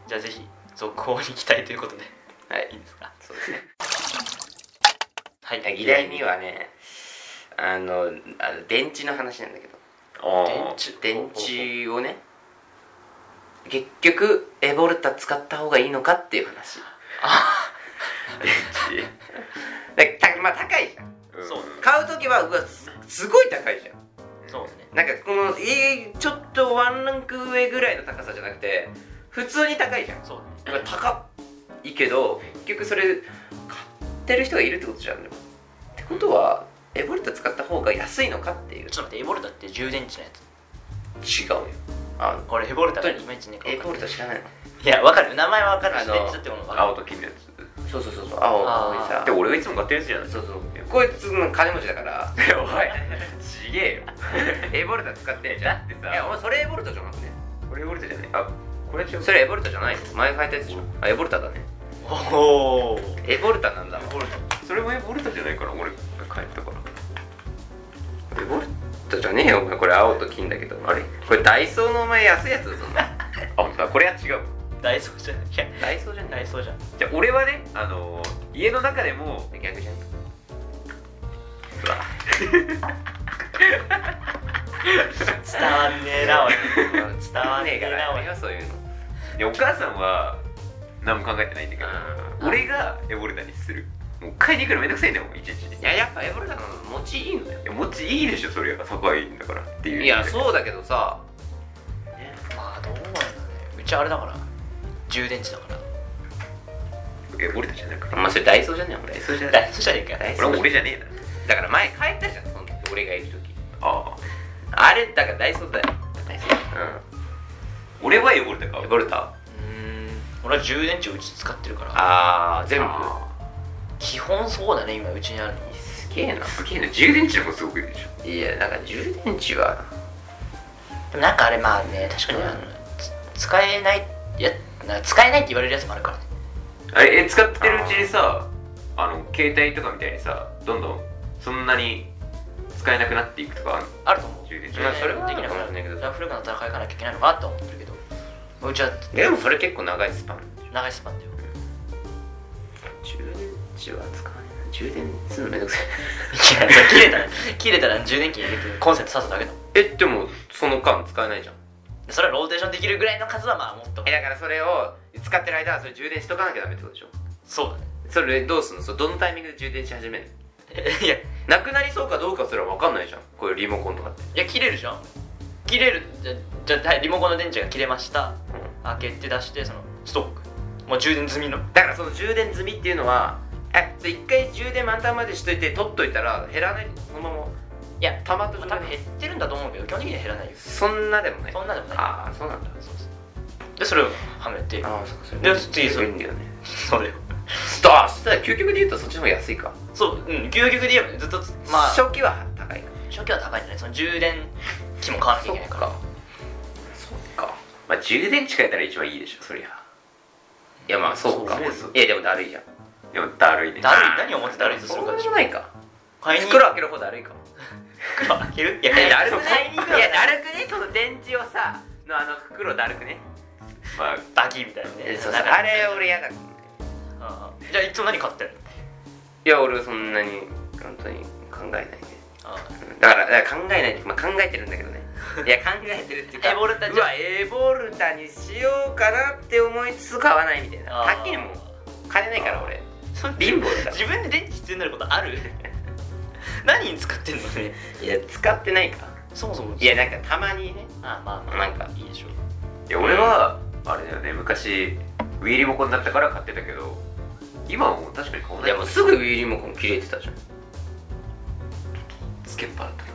Speaker 2: じゃあぜひ続行に期待ということで
Speaker 5: はい
Speaker 2: いいですか
Speaker 5: そうですね
Speaker 2: はい
Speaker 5: いや議題2はねあのあの電池の話なんだけど
Speaker 4: あ
Speaker 2: 電
Speaker 4: ー
Speaker 2: 池
Speaker 5: 電池をね結局エボルタ使った方がいいのかっていう話
Speaker 2: あ
Speaker 4: 電
Speaker 5: でたまあ高いじゃん
Speaker 4: 池うん
Speaker 2: そう
Speaker 5: 買う時はうわすすごい高いじゃん
Speaker 2: あそうですね
Speaker 5: なんかこの、えーちょっとワンランク上ぐらいの高さじゃなくて普通に高いじゃん
Speaker 2: そうね
Speaker 5: だから高いけど結局それ買ってる人がいるってことじゃんでもってことはエボルタ使った方が安いのかっていう違
Speaker 2: ちょっと待ってエボルタって充電池のやつ
Speaker 5: うよあの
Speaker 2: 俺エボルタがいまいちね
Speaker 5: エボルタ知らないの
Speaker 2: いやわかるよ名前はわかるし
Speaker 5: あの
Speaker 2: 電池ってものわか
Speaker 4: 青
Speaker 2: る
Speaker 4: と金のやつ
Speaker 5: そうそうそうそう青青いさ
Speaker 2: あー
Speaker 4: で俺がいつも買ってるやつじゃない
Speaker 5: そうそうこいつの金持ちだから
Speaker 4: いやお前
Speaker 5: い
Speaker 4: ちげ えよ
Speaker 5: エボルタ使ってんじゃん
Speaker 4: だってさ
Speaker 5: いやお前それエボルタじゃなくね
Speaker 4: これ俺じゃないあこれ違う
Speaker 5: それエボルタじゃないの前履いたやつでしょあエボルタだね
Speaker 2: おお
Speaker 5: エボルタなんだわ
Speaker 2: エボルタ
Speaker 4: それもボルタじゃないから俺帰ったから
Speaker 5: エボルタじゃねえよお前これ青と金だけどあれこれダイソーのお前安いやつだぞお前
Speaker 4: あ本当だこれは違う
Speaker 2: ダイソーじゃないいや
Speaker 5: ダイソーじゃな
Speaker 2: ダ
Speaker 5: い
Speaker 2: イソーじゃん
Speaker 4: じゃあ俺はねあのー家の中でも
Speaker 5: 逆 じゃん
Speaker 2: 伝わんねえな俺 伝わんねえ
Speaker 5: か
Speaker 2: からら
Speaker 5: やめよそういうの
Speaker 4: でお母さんは何も考えてないんだけ
Speaker 5: う
Speaker 4: ど俺がエボルタにするもう買いに行くのめんどくさいんだよもう一日
Speaker 5: いややっぱエボルタの持ちいいのよ
Speaker 4: いやもちいいでしょそれは高いんだからっていう
Speaker 5: い
Speaker 4: い
Speaker 5: やそうだけどさ
Speaker 2: まあどうなんだねうちあれだから充電池だから
Speaker 4: エボルタじゃないか
Speaker 5: お
Speaker 4: ら
Speaker 5: 前それダイソーじゃねえ俺
Speaker 4: そうじゃない
Speaker 2: ダイソーじゃねえか
Speaker 5: ダイ
Speaker 4: こ
Speaker 5: ソ
Speaker 4: れ
Speaker 5: ー
Speaker 4: は俺じゃねえな
Speaker 5: だから前帰ったじゃんその時俺がいる時
Speaker 4: ああ
Speaker 5: あれだからダイソーだよダイソー
Speaker 4: 俺はエボルタ買
Speaker 5: うん
Speaker 4: う
Speaker 5: エボルタ
Speaker 2: うーん俺は充電池をうち使ってるから
Speaker 5: あー全部
Speaker 4: あ
Speaker 2: 基本そうだね今うちにあるの
Speaker 5: すげえ
Speaker 4: ー
Speaker 5: な
Speaker 4: すげえな充電池の方がすごくいいでしょ
Speaker 5: いやなんか充電池は
Speaker 2: でもなんかあれまあね確かにあのつ使えないいやなんか使えないって言われるやつもあるからね
Speaker 4: あれえ使ってるうちにさあの携帯とかみたいにさどんどんそんなに使えなくなっていくとかある
Speaker 2: あると思う
Speaker 4: 充電池
Speaker 2: 充電
Speaker 5: まあそれはあるかもしれないけど
Speaker 2: それは古くなったら買い替えなきゃいけないのかなとは思ってるけどまあうちは
Speaker 5: でもそれ結構長いスパン
Speaker 2: 長いスパ ンだよ
Speaker 5: 充電池は使わないな充電するのめんどくさい
Speaker 2: いや それ切れたら切れたら充電器に入れてコンセント挿すだけだもん
Speaker 5: えでもその間使えないじゃん
Speaker 2: でそれはローテーションできるぐらいの数はまあもっと
Speaker 5: えだからそれを使ってる間はそれ充電しとかなきゃダメってことでしょ
Speaker 2: そうだね
Speaker 5: それどうすんのそれどのタイミングで充電し始めるの
Speaker 2: いやい
Speaker 5: なくなりそうかどうかすら分かんないじゃんこういうリモコンとかって
Speaker 2: や切れるじゃん切れるじゃじゃはいリモコンの電池が切れました
Speaker 5: ん
Speaker 2: 開けて出してそのストックもう充電済みの
Speaker 5: だからその充電済みっていうのはえそれ一回充電満タンまでしといて取っといたら減らないそのまま
Speaker 2: いや
Speaker 5: 溜まっ
Speaker 2: 多
Speaker 5: とく
Speaker 2: 分減ってるんだと思うけど基本的には減らないよ
Speaker 5: そんなでもない
Speaker 2: そんなでもない
Speaker 5: ああそうなんだ
Speaker 2: そうそうでそれをはめて
Speaker 5: ああそうかそれ
Speaker 2: で次それ
Speaker 5: 便利よね
Speaker 2: それを
Speaker 5: ストアそしたら究極で言うとそっちの方が安いか
Speaker 2: そううん究極で言えばねずっとつまあ初
Speaker 5: 初期は高いか
Speaker 2: 期は高いんじゃないその充電器も買わなきゃいけないから
Speaker 5: そっか
Speaker 4: まあ充電池変えたら一番いいでしょそりゃ
Speaker 5: いやまあそうか
Speaker 4: そうそう
Speaker 5: いやでもだるいじゃん
Speaker 4: でもだるいね
Speaker 2: だるい何を思ってだるいとす
Speaker 5: そ
Speaker 2: る
Speaker 5: う
Speaker 2: かでし
Speaker 5: じ
Speaker 2: ょ
Speaker 5: ゃないか
Speaker 2: 買いに行
Speaker 5: 袋開ける方だるいか
Speaker 2: 袋開けるい
Speaker 5: いやだる
Speaker 2: そう
Speaker 5: く
Speaker 2: 買い
Speaker 5: ね
Speaker 2: に
Speaker 5: い
Speaker 2: 行
Speaker 5: や
Speaker 2: くのは
Speaker 5: だるくねその電池をさのあの袋だるくね
Speaker 4: まあ
Speaker 2: バキみたいなね
Speaker 5: そうそう
Speaker 2: なんか
Speaker 5: あれ俺嫌だ
Speaker 2: ああじゃあいつも何買ってんの
Speaker 5: いや俺はそんなに本当に考えないね
Speaker 2: ああ
Speaker 5: うんだからだから考えないって、まあ、考えてるんだ けどねいや考えてるっていうか
Speaker 2: エボルタじゃん
Speaker 5: うわエボルタにしようかなって思いつつ買わないみたいな
Speaker 2: あー
Speaker 5: はっきりもう金ないから俺
Speaker 2: そんな
Speaker 5: 貧乏だから
Speaker 2: 自分で電池必要になることある 何に使ってんのね
Speaker 5: いや使ってないから
Speaker 2: そもそも
Speaker 5: いやなんかたまにね
Speaker 2: ああまあまあ
Speaker 5: なんか
Speaker 2: いいでしょう
Speaker 4: いや俺はあれだよね昔 Wii リモコンだったから買ってたけど今はもう確かに買わない
Speaker 5: いやもうすぐ Wii リモコン切れてたじゃん
Speaker 4: つけっぱだったの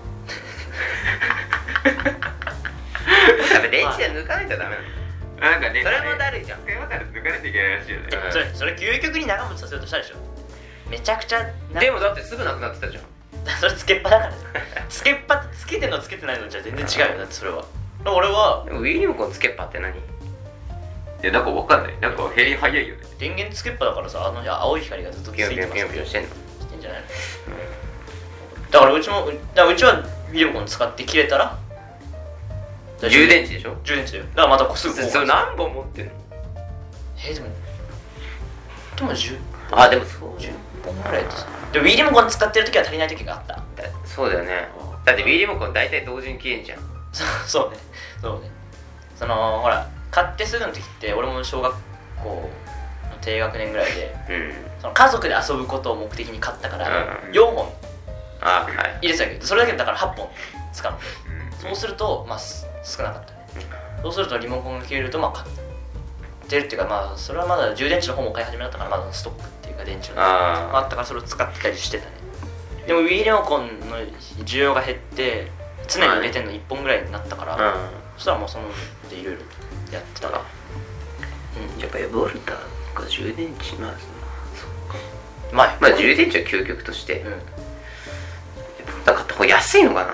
Speaker 5: やっぱ電池で抜かないとダメなの
Speaker 4: なんかね
Speaker 5: それもだるいじゃん
Speaker 4: あれだるい抜かないといけないらしいよね
Speaker 2: えそれそれ究極に長持ちさせようとしたでしょめちゃくちゃな
Speaker 5: でもだってすぐなくなってたじゃん
Speaker 2: それつけっぱだからね つけっぱつけてんのつけてないのじゃ全然違うよだってそれはだから俺は
Speaker 5: でも Wii リモコンつけっぱって何
Speaker 4: いやなんかわかんないなんか減り早いよね
Speaker 2: 電源つけっぱだからさあの青い光がずっとつ
Speaker 5: ピ
Speaker 2: い
Speaker 5: ヨンピ
Speaker 2: て
Speaker 5: ヨ
Speaker 2: ます
Speaker 5: ンピヨンピヨンしてんの
Speaker 2: してんじゃないのだからうちもうだからうちはビデオコン使って切れたら
Speaker 5: 充電池でしょ
Speaker 2: 充電池だよだからまたこうすぐ
Speaker 5: そ
Speaker 2: 交換
Speaker 5: それ何本持ってんの
Speaker 2: えーでもでも10
Speaker 5: あでもそうじゃん
Speaker 2: 本ぐらいですでも Wii リモコン使ってる時は足りない時があった
Speaker 5: だそうだよねだって Wii リモコン大体同時に消えんじゃん
Speaker 2: そうそうねそうねそのほら買ってすぐの時って俺も小学校の低学年ぐらいで
Speaker 5: うん
Speaker 2: その家族で遊ぶことを目的に買ったから、
Speaker 5: うん
Speaker 2: 4本
Speaker 5: あはい
Speaker 2: 入れてたけどそれだけでだから8本使うの
Speaker 4: うん
Speaker 2: そうするとまあす少なかったねそうするとリモコンが消えるとまあ買ってるっていうかまあそれはまだ充電池の方も買い始めだったからまだストックっていうか電池の
Speaker 5: あー
Speaker 2: あったからそれを使ってたりしてたねでも Wii リモコンの需要が減って常に入れてんの1本ぐらいになったから、
Speaker 5: う
Speaker 2: そしたらもうそのでいろいろやってたら、うん
Speaker 5: やっぱエボルタが充電池まあ
Speaker 2: ん、まあ、
Speaker 5: まあ充電池は究極とし
Speaker 2: う
Speaker 5: て、エ
Speaker 2: ん
Speaker 5: ボルタ買った方が安いのかな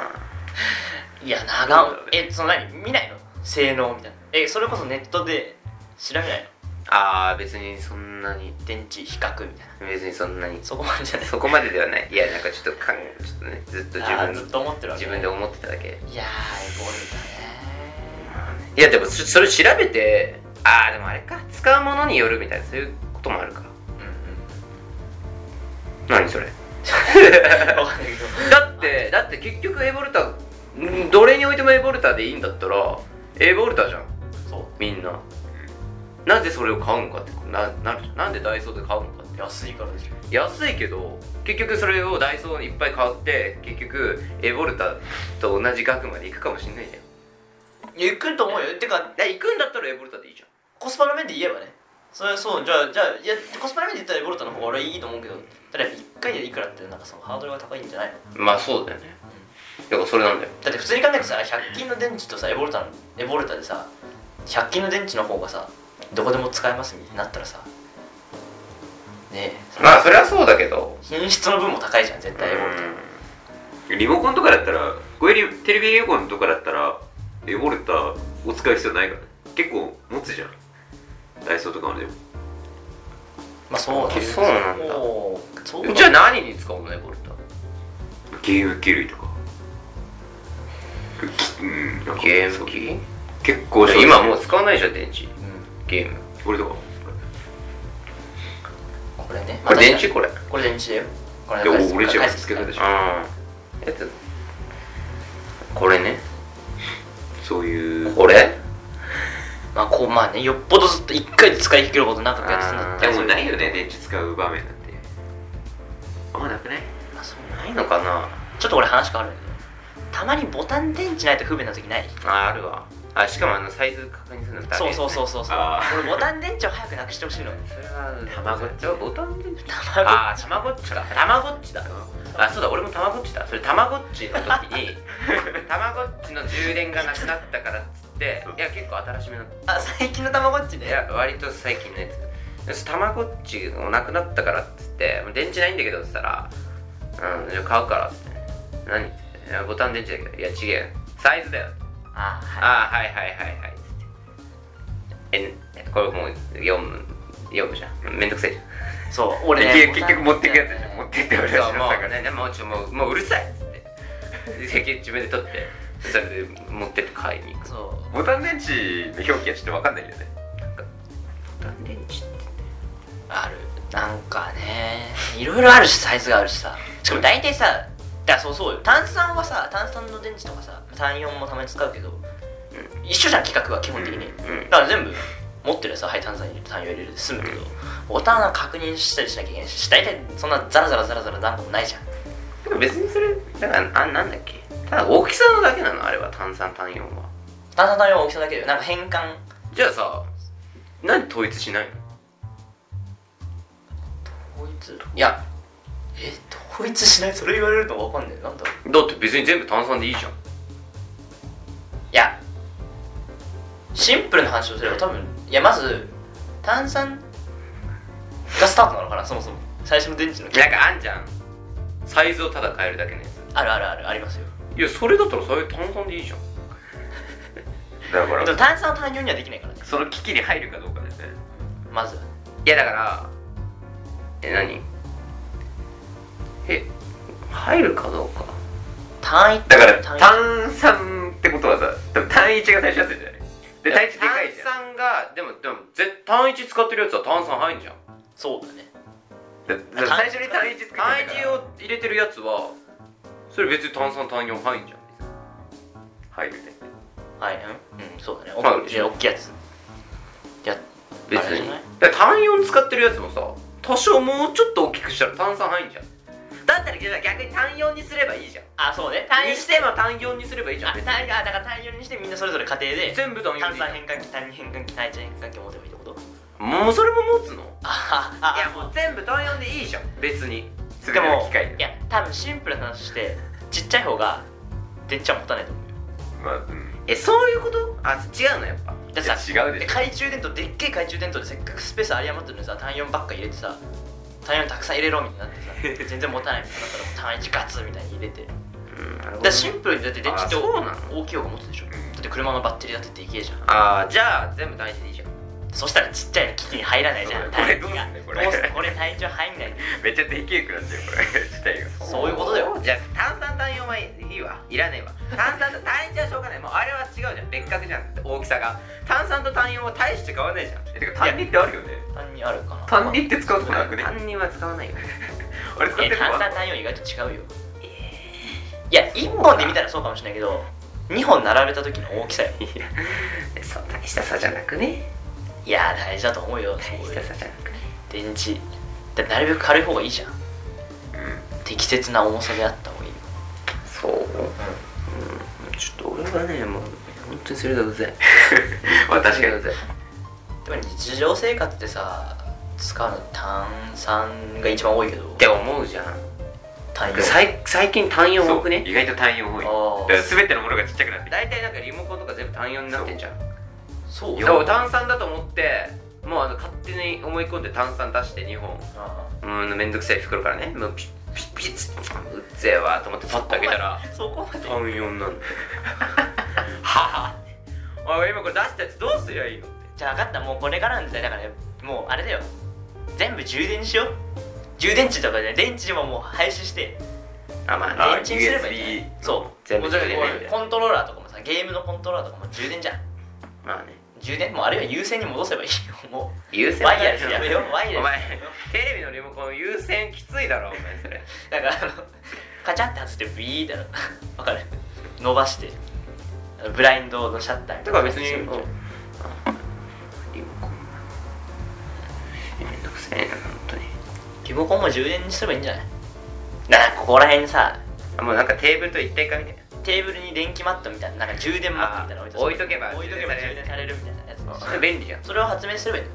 Speaker 5: い
Speaker 2: や長尾えその何見ないの性能みたいなえそれこそネットで調べないの
Speaker 5: あー別にそんなに
Speaker 2: 電池比較みたいな
Speaker 5: 別にそんなに
Speaker 2: そこまでじゃない
Speaker 5: そこまでではないいやなんかちょっとかんちょっとねずっと自
Speaker 2: あー
Speaker 5: 分
Speaker 2: ずっと思ってるわけ
Speaker 5: 自分で思ってただけ
Speaker 2: いやーエボル
Speaker 5: いやでもそそれ調べてああでもあれか使うものによるみたいなそういうこともあるか
Speaker 2: タねうん
Speaker 5: 何それ
Speaker 2: うんわかんないけど
Speaker 5: だってだって結局エボルタんどれにおいてもエボルタでいいんだったらエボルタじゃん
Speaker 2: そ
Speaker 5: みんななぜそれを買うのかってななるじゃんなんでダイソーで買うのかっ
Speaker 2: う
Speaker 5: て
Speaker 2: 安いからでしょ
Speaker 5: 安いけど結局それをダイソーにいっぱい買って結局エボルタと同じ額までいくかもしんないじゃん
Speaker 2: いや行くと思うよてか
Speaker 5: だ行くんだったらエボルタでいいじゃん
Speaker 2: コスパの面で言えばねそれそうじゃあじゃあいやコスパの面で言ったらエボルタの方が俺はいいと思うけどただやっぱ1回でいくらってなんかそのハードルが高いんじゃないの
Speaker 5: まあそうだよねだからそれなんだよ
Speaker 2: だって普通に考えてさ100均の電池とさエボルタのエボルタでさ100均の電池の方がさどこでも使えますみたいになったらさね
Speaker 5: まあそれはそうだけど
Speaker 2: え品質の分も高いじゃん絶対エボルタ
Speaker 4: リモコンとかだったらこういうリテレビリモコンとかだったらエボルタを使う必要ないから結構持つじゃんダイソーとかもでも
Speaker 2: まあそうだね
Speaker 5: そうなんだ
Speaker 2: もうそう
Speaker 5: う
Speaker 2: だ
Speaker 5: んじゃあ何に使うのエボルタ
Speaker 4: ゲーム機類とかきうんなんか
Speaker 5: ゲー
Speaker 4: そう
Speaker 5: ム機
Speaker 4: 結構
Speaker 5: 今もう使わないじゃん電池
Speaker 2: うん
Speaker 5: ゲーム
Speaker 4: これとか
Speaker 2: これね
Speaker 5: これ電池これ
Speaker 2: これ電池だよこれ
Speaker 4: いや俺じゃん
Speaker 2: 解説
Speaker 4: つけたでしょ
Speaker 5: ああこれね
Speaker 4: そういう
Speaker 2: これまあこうまあねよっぽどずっと一回で使い切ること長くやってたんだった
Speaker 4: で
Speaker 2: ら
Speaker 4: もないよね電池使う場面なんてあんまなくない
Speaker 2: まあそうないのかなちょっと俺話変わるんだけどたまにボタン電池ないと不便な時ない
Speaker 5: ああるわあしかもあのサイズ確認するのダメ
Speaker 2: そうそうそうそうそう
Speaker 4: あー
Speaker 2: 俺ボタン電池を早くなくしてほしいの
Speaker 5: それは
Speaker 4: 卵っち
Speaker 5: ボタンで
Speaker 2: 卵
Speaker 5: ああたまごっちかたまごっちだあそうだ俺もたまごっちだそれたまごっちの時にたまごっちの充電がなくなったからっつっていや結構新しめの
Speaker 2: あ最近のたまごっち
Speaker 5: い
Speaker 2: ね
Speaker 5: や割と最近のやつたまごっちもなくなったからっつってもう電池ないんだけどっつったら「うんじゃあ買うから」っつって「何?」っていやボタン電池だけど「いや違うよサイズだよ」
Speaker 2: あーはい
Speaker 5: ああはいはいはいはい」っつってえこれもう読む読むじゃんめんどくせえじゃん
Speaker 2: そう俺
Speaker 4: い
Speaker 2: ね
Speaker 4: や結局持ってくやつでしょ持って って俺
Speaker 5: そ
Speaker 4: らし
Speaker 5: うも
Speaker 4: ま
Speaker 5: う
Speaker 4: したから
Speaker 5: ねもうちょもうもううるさいっつってで 自分で取ってそれで持ってって買いに行く
Speaker 2: そう
Speaker 4: ボタン電池の表記はちょっと分かんないよね
Speaker 5: ボタン電池って
Speaker 2: あるなんかねいろいろあるしサイズがあるしさしかも大体さだからそうそうよ炭酸はさ炭酸の電池とかさ34もたまに使うけど、うん一緒じゃん規格は基本的に、
Speaker 5: うんうん
Speaker 2: だから全部持ってるやつははい炭酸入れる炭酸入れるで済むけど、ボタンは確認したりしなきゃいけないし大体そんなザラザラザラザラ何個もないじゃん
Speaker 5: でも別にそれだからあなんだっけただ大きさのだけなのあれは炭酸単4は
Speaker 2: 炭酸炭4は大きさだけだよなんか変換
Speaker 5: じゃあさ何統一しないの
Speaker 2: 統一いやえ統一しないそれ言われると分かんないなんだろう
Speaker 5: だって別に全部炭酸でいいじゃん
Speaker 2: いやシンプルな話をすれば多分いやまず炭酸がスタートなのかなそもそも最初の電池の
Speaker 5: なんかあんじゃんサイズをただ変えるだけのやつ
Speaker 2: あるあるあるありますよ
Speaker 5: いやそれだったらそれ炭酸でいいじゃん
Speaker 4: だか
Speaker 2: でも
Speaker 4: ら
Speaker 2: 炭酸を単純にはできないからね
Speaker 4: その機器に入るかどうかだよね
Speaker 2: まずはい
Speaker 5: やだからえ何え入るかどうか
Speaker 2: 単一
Speaker 4: だから
Speaker 2: 単
Speaker 4: 炭酸ってことはさ多分単一が最初やったんじゃないで単一でかいじゃん
Speaker 5: 炭酸がでもでも絶単一使ってるやつは炭酸入んじゃん
Speaker 2: そうだね
Speaker 4: だだから最初に単一つけてたから
Speaker 5: 単一を入れてるやつはそれ別に炭酸単4入んじゃん
Speaker 4: 入るね
Speaker 2: はいうん、うん、そうだねお
Speaker 5: まあ
Speaker 2: っきい大きいやついや
Speaker 5: 別
Speaker 2: あれじゃ
Speaker 5: に
Speaker 2: ない
Speaker 5: だから単4使ってるやつもさ多少もうちょっと大きくしたら炭酸入んじゃんだったらじゃあ逆に単4にすればいいじゃん
Speaker 2: あそうね
Speaker 5: 単
Speaker 2: 単
Speaker 5: に
Speaker 2: 一
Speaker 5: しても単4にすればいいじゃ
Speaker 2: あ
Speaker 5: ん別に
Speaker 2: 単あだから単4にしてみんなそれぞれ家庭で
Speaker 5: 全部単4
Speaker 2: 炭
Speaker 5: でいいじゃ
Speaker 2: 酸
Speaker 5: ん
Speaker 2: 変換器単二変換器単一変換器を持てばいいってこと
Speaker 5: もうそれも持つのい
Speaker 2: あああ
Speaker 5: やもう全部単4でいいじゃん別に
Speaker 4: 全
Speaker 2: で
Speaker 4: ての
Speaker 2: も
Speaker 4: 機械
Speaker 2: いや多分シンプルな話してちっちゃい方が電池は持たないと思うよ
Speaker 4: まあうん
Speaker 5: えそういうことあ違うのやっぱ
Speaker 2: だってさ
Speaker 4: いや違うでしょ
Speaker 2: 懐中電灯でっけえ懐中電灯でせっかくスペース有り余ってるのにさ単4ばっか入れてさ単4たくさん入れろみたいになってさ全然持たないみたいになったら単1ガツみたいに入れてだか
Speaker 5: うんなるほどね
Speaker 2: らシンプルにだって電池って
Speaker 5: あそうなの
Speaker 2: 大きい方が持つでしょだ
Speaker 4: ん
Speaker 2: って車のバッテリーだってでけえじゃん
Speaker 5: ああじゃあ全部単一でいいじゃん
Speaker 2: そしたらちっちゃいの機器に入らないじゃん
Speaker 4: そうだよ
Speaker 2: 単一
Speaker 4: これど
Speaker 2: どうすん
Speaker 4: うすんの
Speaker 2: の
Speaker 4: こ
Speaker 2: こ
Speaker 4: れ
Speaker 2: れ単1は入ん ないんだよ
Speaker 4: めっちゃでけえくなっちゃうこれ自体が
Speaker 2: そういうことだよ
Speaker 5: じゃあ炭酸単4はいいわいらねえわ炭酸と単1はしょうがないもうあれは違うじゃん別格じゃん大きさが炭酸と単4は大して変わらないじゃん
Speaker 4: えてか単二ってあるよね
Speaker 2: 単2あるかな
Speaker 4: 単二って使うとこなくね
Speaker 5: 単2は使わないよ
Speaker 4: あれ使っ
Speaker 2: え
Speaker 4: てるの
Speaker 2: 炭酸単4意外と違うよいや1本で見たらそうかもしれないけど2本並べた時の大 きさよ
Speaker 5: そう大した差じゃなくね
Speaker 2: いやー大事だと思うよ
Speaker 5: 大した差じゃなくね
Speaker 2: 電池だなるべく軽い方がいいじゃん
Speaker 4: うん
Speaker 2: 適切な重さであった方がいいよ
Speaker 5: そう、うん、ちょっと俺はねもう本当にそれがうざい
Speaker 4: まあ確かに
Speaker 5: うざい
Speaker 2: でも日常生活でさ使うの炭酸が一番多いけど
Speaker 5: って思うじゃん
Speaker 2: 単位
Speaker 5: 最最近単4多く
Speaker 4: そう
Speaker 5: ね
Speaker 4: 意外と単四多い
Speaker 2: あー
Speaker 4: だから全てのものがちっちゃくなって
Speaker 5: 大体なんかリモコンとか全部単4になってんじゃん
Speaker 2: そう
Speaker 5: だから炭酸だと思ってもうあの勝手に思い込んで炭酸出して2本
Speaker 2: あ
Speaker 5: うーんめんどくさい袋からねもうピッピッピッつってうっぜえわと思ってパッと開けたら
Speaker 2: そこまで
Speaker 5: 単4なんだははおい今これ出したやつどうすりゃいいのって
Speaker 2: じゃあ分かったもうこれからの時代だからもうあれだよ全部充電しよう充電池とかで電池ももう廃止して
Speaker 5: あま
Speaker 4: あ
Speaker 5: あ
Speaker 2: 電池にすればいいんじゃない
Speaker 4: USB
Speaker 2: そう
Speaker 5: 全部
Speaker 2: もうだから
Speaker 5: 充電で
Speaker 2: コントローラーとかもさゲームのコントローラーとかも充電じゃん
Speaker 5: まあね
Speaker 2: 充電もうあるいは優先に戻せばいいよもう
Speaker 5: 優 先
Speaker 2: ワイヤレスやめようワイヤレス
Speaker 5: お前テレビのリモコン優先きついだろお前それ
Speaker 2: だからあのカチャって外してビーってなるわかる伸ばしてブラインドのシャッターみたい
Speaker 5: だか
Speaker 2: な
Speaker 5: ら別に、うん、
Speaker 2: そう
Speaker 5: リモコン。めんどくさいな、本当に。
Speaker 2: リモコンも充電にすればいいんじゃないなんかここら辺にさ
Speaker 5: あ、もうなんかテーブルと一体化みたいな。
Speaker 2: テーブルに電気マットみたいななんか充電マットみたいなの
Speaker 5: あー置いとけば
Speaker 2: 置いとけば充電されるみたいなやつ
Speaker 5: それ便利じゃん。
Speaker 2: それを発明すればいいの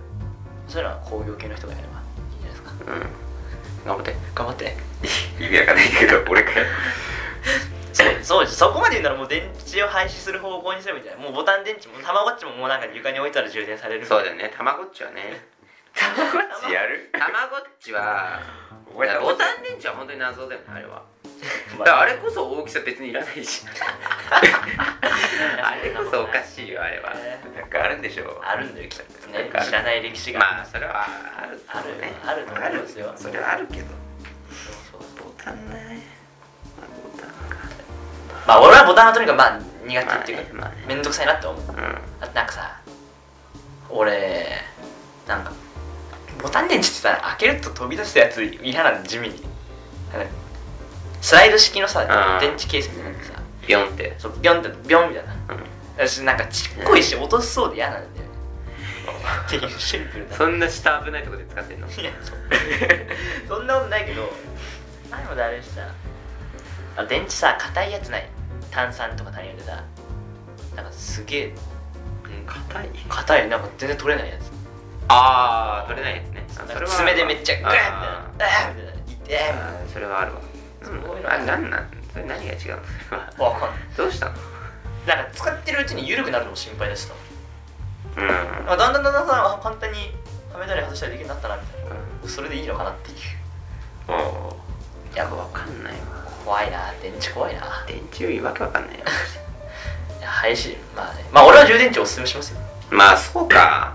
Speaker 2: そういうのは工業系の人がやればいいんじゃないですか
Speaker 5: うん。頑張って。
Speaker 2: 頑張って
Speaker 4: 意味わかんないけど俺かよ
Speaker 2: そう そうそこまで言うならもう電池を廃止する方向にすればいいんじゃないもうボタン電池もたまごっちももうなんか床に置いたら充電されるみたい
Speaker 5: そう
Speaker 2: な
Speaker 5: だよね、たまごっちはね。
Speaker 4: たまごっちやる
Speaker 5: たまごっちは、
Speaker 4: お前
Speaker 5: いや
Speaker 4: たまご
Speaker 5: ボ
Speaker 4: っち
Speaker 5: タン電池は本当に謎だよね、あれは。
Speaker 2: ま
Speaker 5: だ からあれこそ大きさ別にいらない し。あれこそおかしいよ、あれ は。
Speaker 2: ね
Speaker 4: なんかあるんでしょ
Speaker 2: あるんだよきっとね
Speaker 5: なんか
Speaker 2: 知らない歴史が、
Speaker 5: まあ、それはある
Speaker 2: ある
Speaker 5: ね。
Speaker 2: あると思いますよ
Speaker 4: それはあるけど
Speaker 2: そうそう
Speaker 5: ボタンね。まあボタンか。
Speaker 2: まあ俺はボタンはとにかくまあ苦手っていうか、
Speaker 5: まあねまあね
Speaker 2: めんどくさいなって思う
Speaker 5: うん。
Speaker 2: あとなんかさ俺なんかボタン電池ってさ開けると飛び出したやつ嫌なんで地味にあのスライド式のさ
Speaker 5: あー
Speaker 2: 電池ケースみたいなのさ
Speaker 5: ビョンって。
Speaker 2: そうビョンってビョンみたいな
Speaker 5: うん
Speaker 2: 私なんかちっこいし落としそうで嫌なんだよねっていうシンプルな
Speaker 5: そんな下危ないとこで使ってんの
Speaker 2: いやそう そんなことないけど前も誰でしたあ電池さ硬いやつない炭酸とか何よりさなんかすげえ
Speaker 5: 硬い
Speaker 2: 硬いなんか全然取れないやつ
Speaker 5: ああ取れないやつねあ
Speaker 2: なんか爪でめっちゃグッみたいな
Speaker 5: あー
Speaker 2: あーみたいな痛えみたい
Speaker 5: あーそれはあるわ
Speaker 2: すごいな
Speaker 5: なあなんなんそれ何が違うのそれ
Speaker 2: な
Speaker 5: は
Speaker 2: わかんない
Speaker 5: どうしたの
Speaker 2: なんか使ってるうちに緩くなるのも心配だしさ
Speaker 5: うん
Speaker 2: なんかだんだんだんだんさあ簡単にはめたり外したりできるようになったなみたいな
Speaker 5: う
Speaker 2: それでいいのかなっていう
Speaker 4: あ
Speaker 2: いや
Speaker 5: わかんないわ
Speaker 2: 怖いな電池怖いな
Speaker 5: 電池よりわけわかんないよ
Speaker 2: いや廃止まあねまあ俺は充電池おすすめしますよ
Speaker 5: まあそうか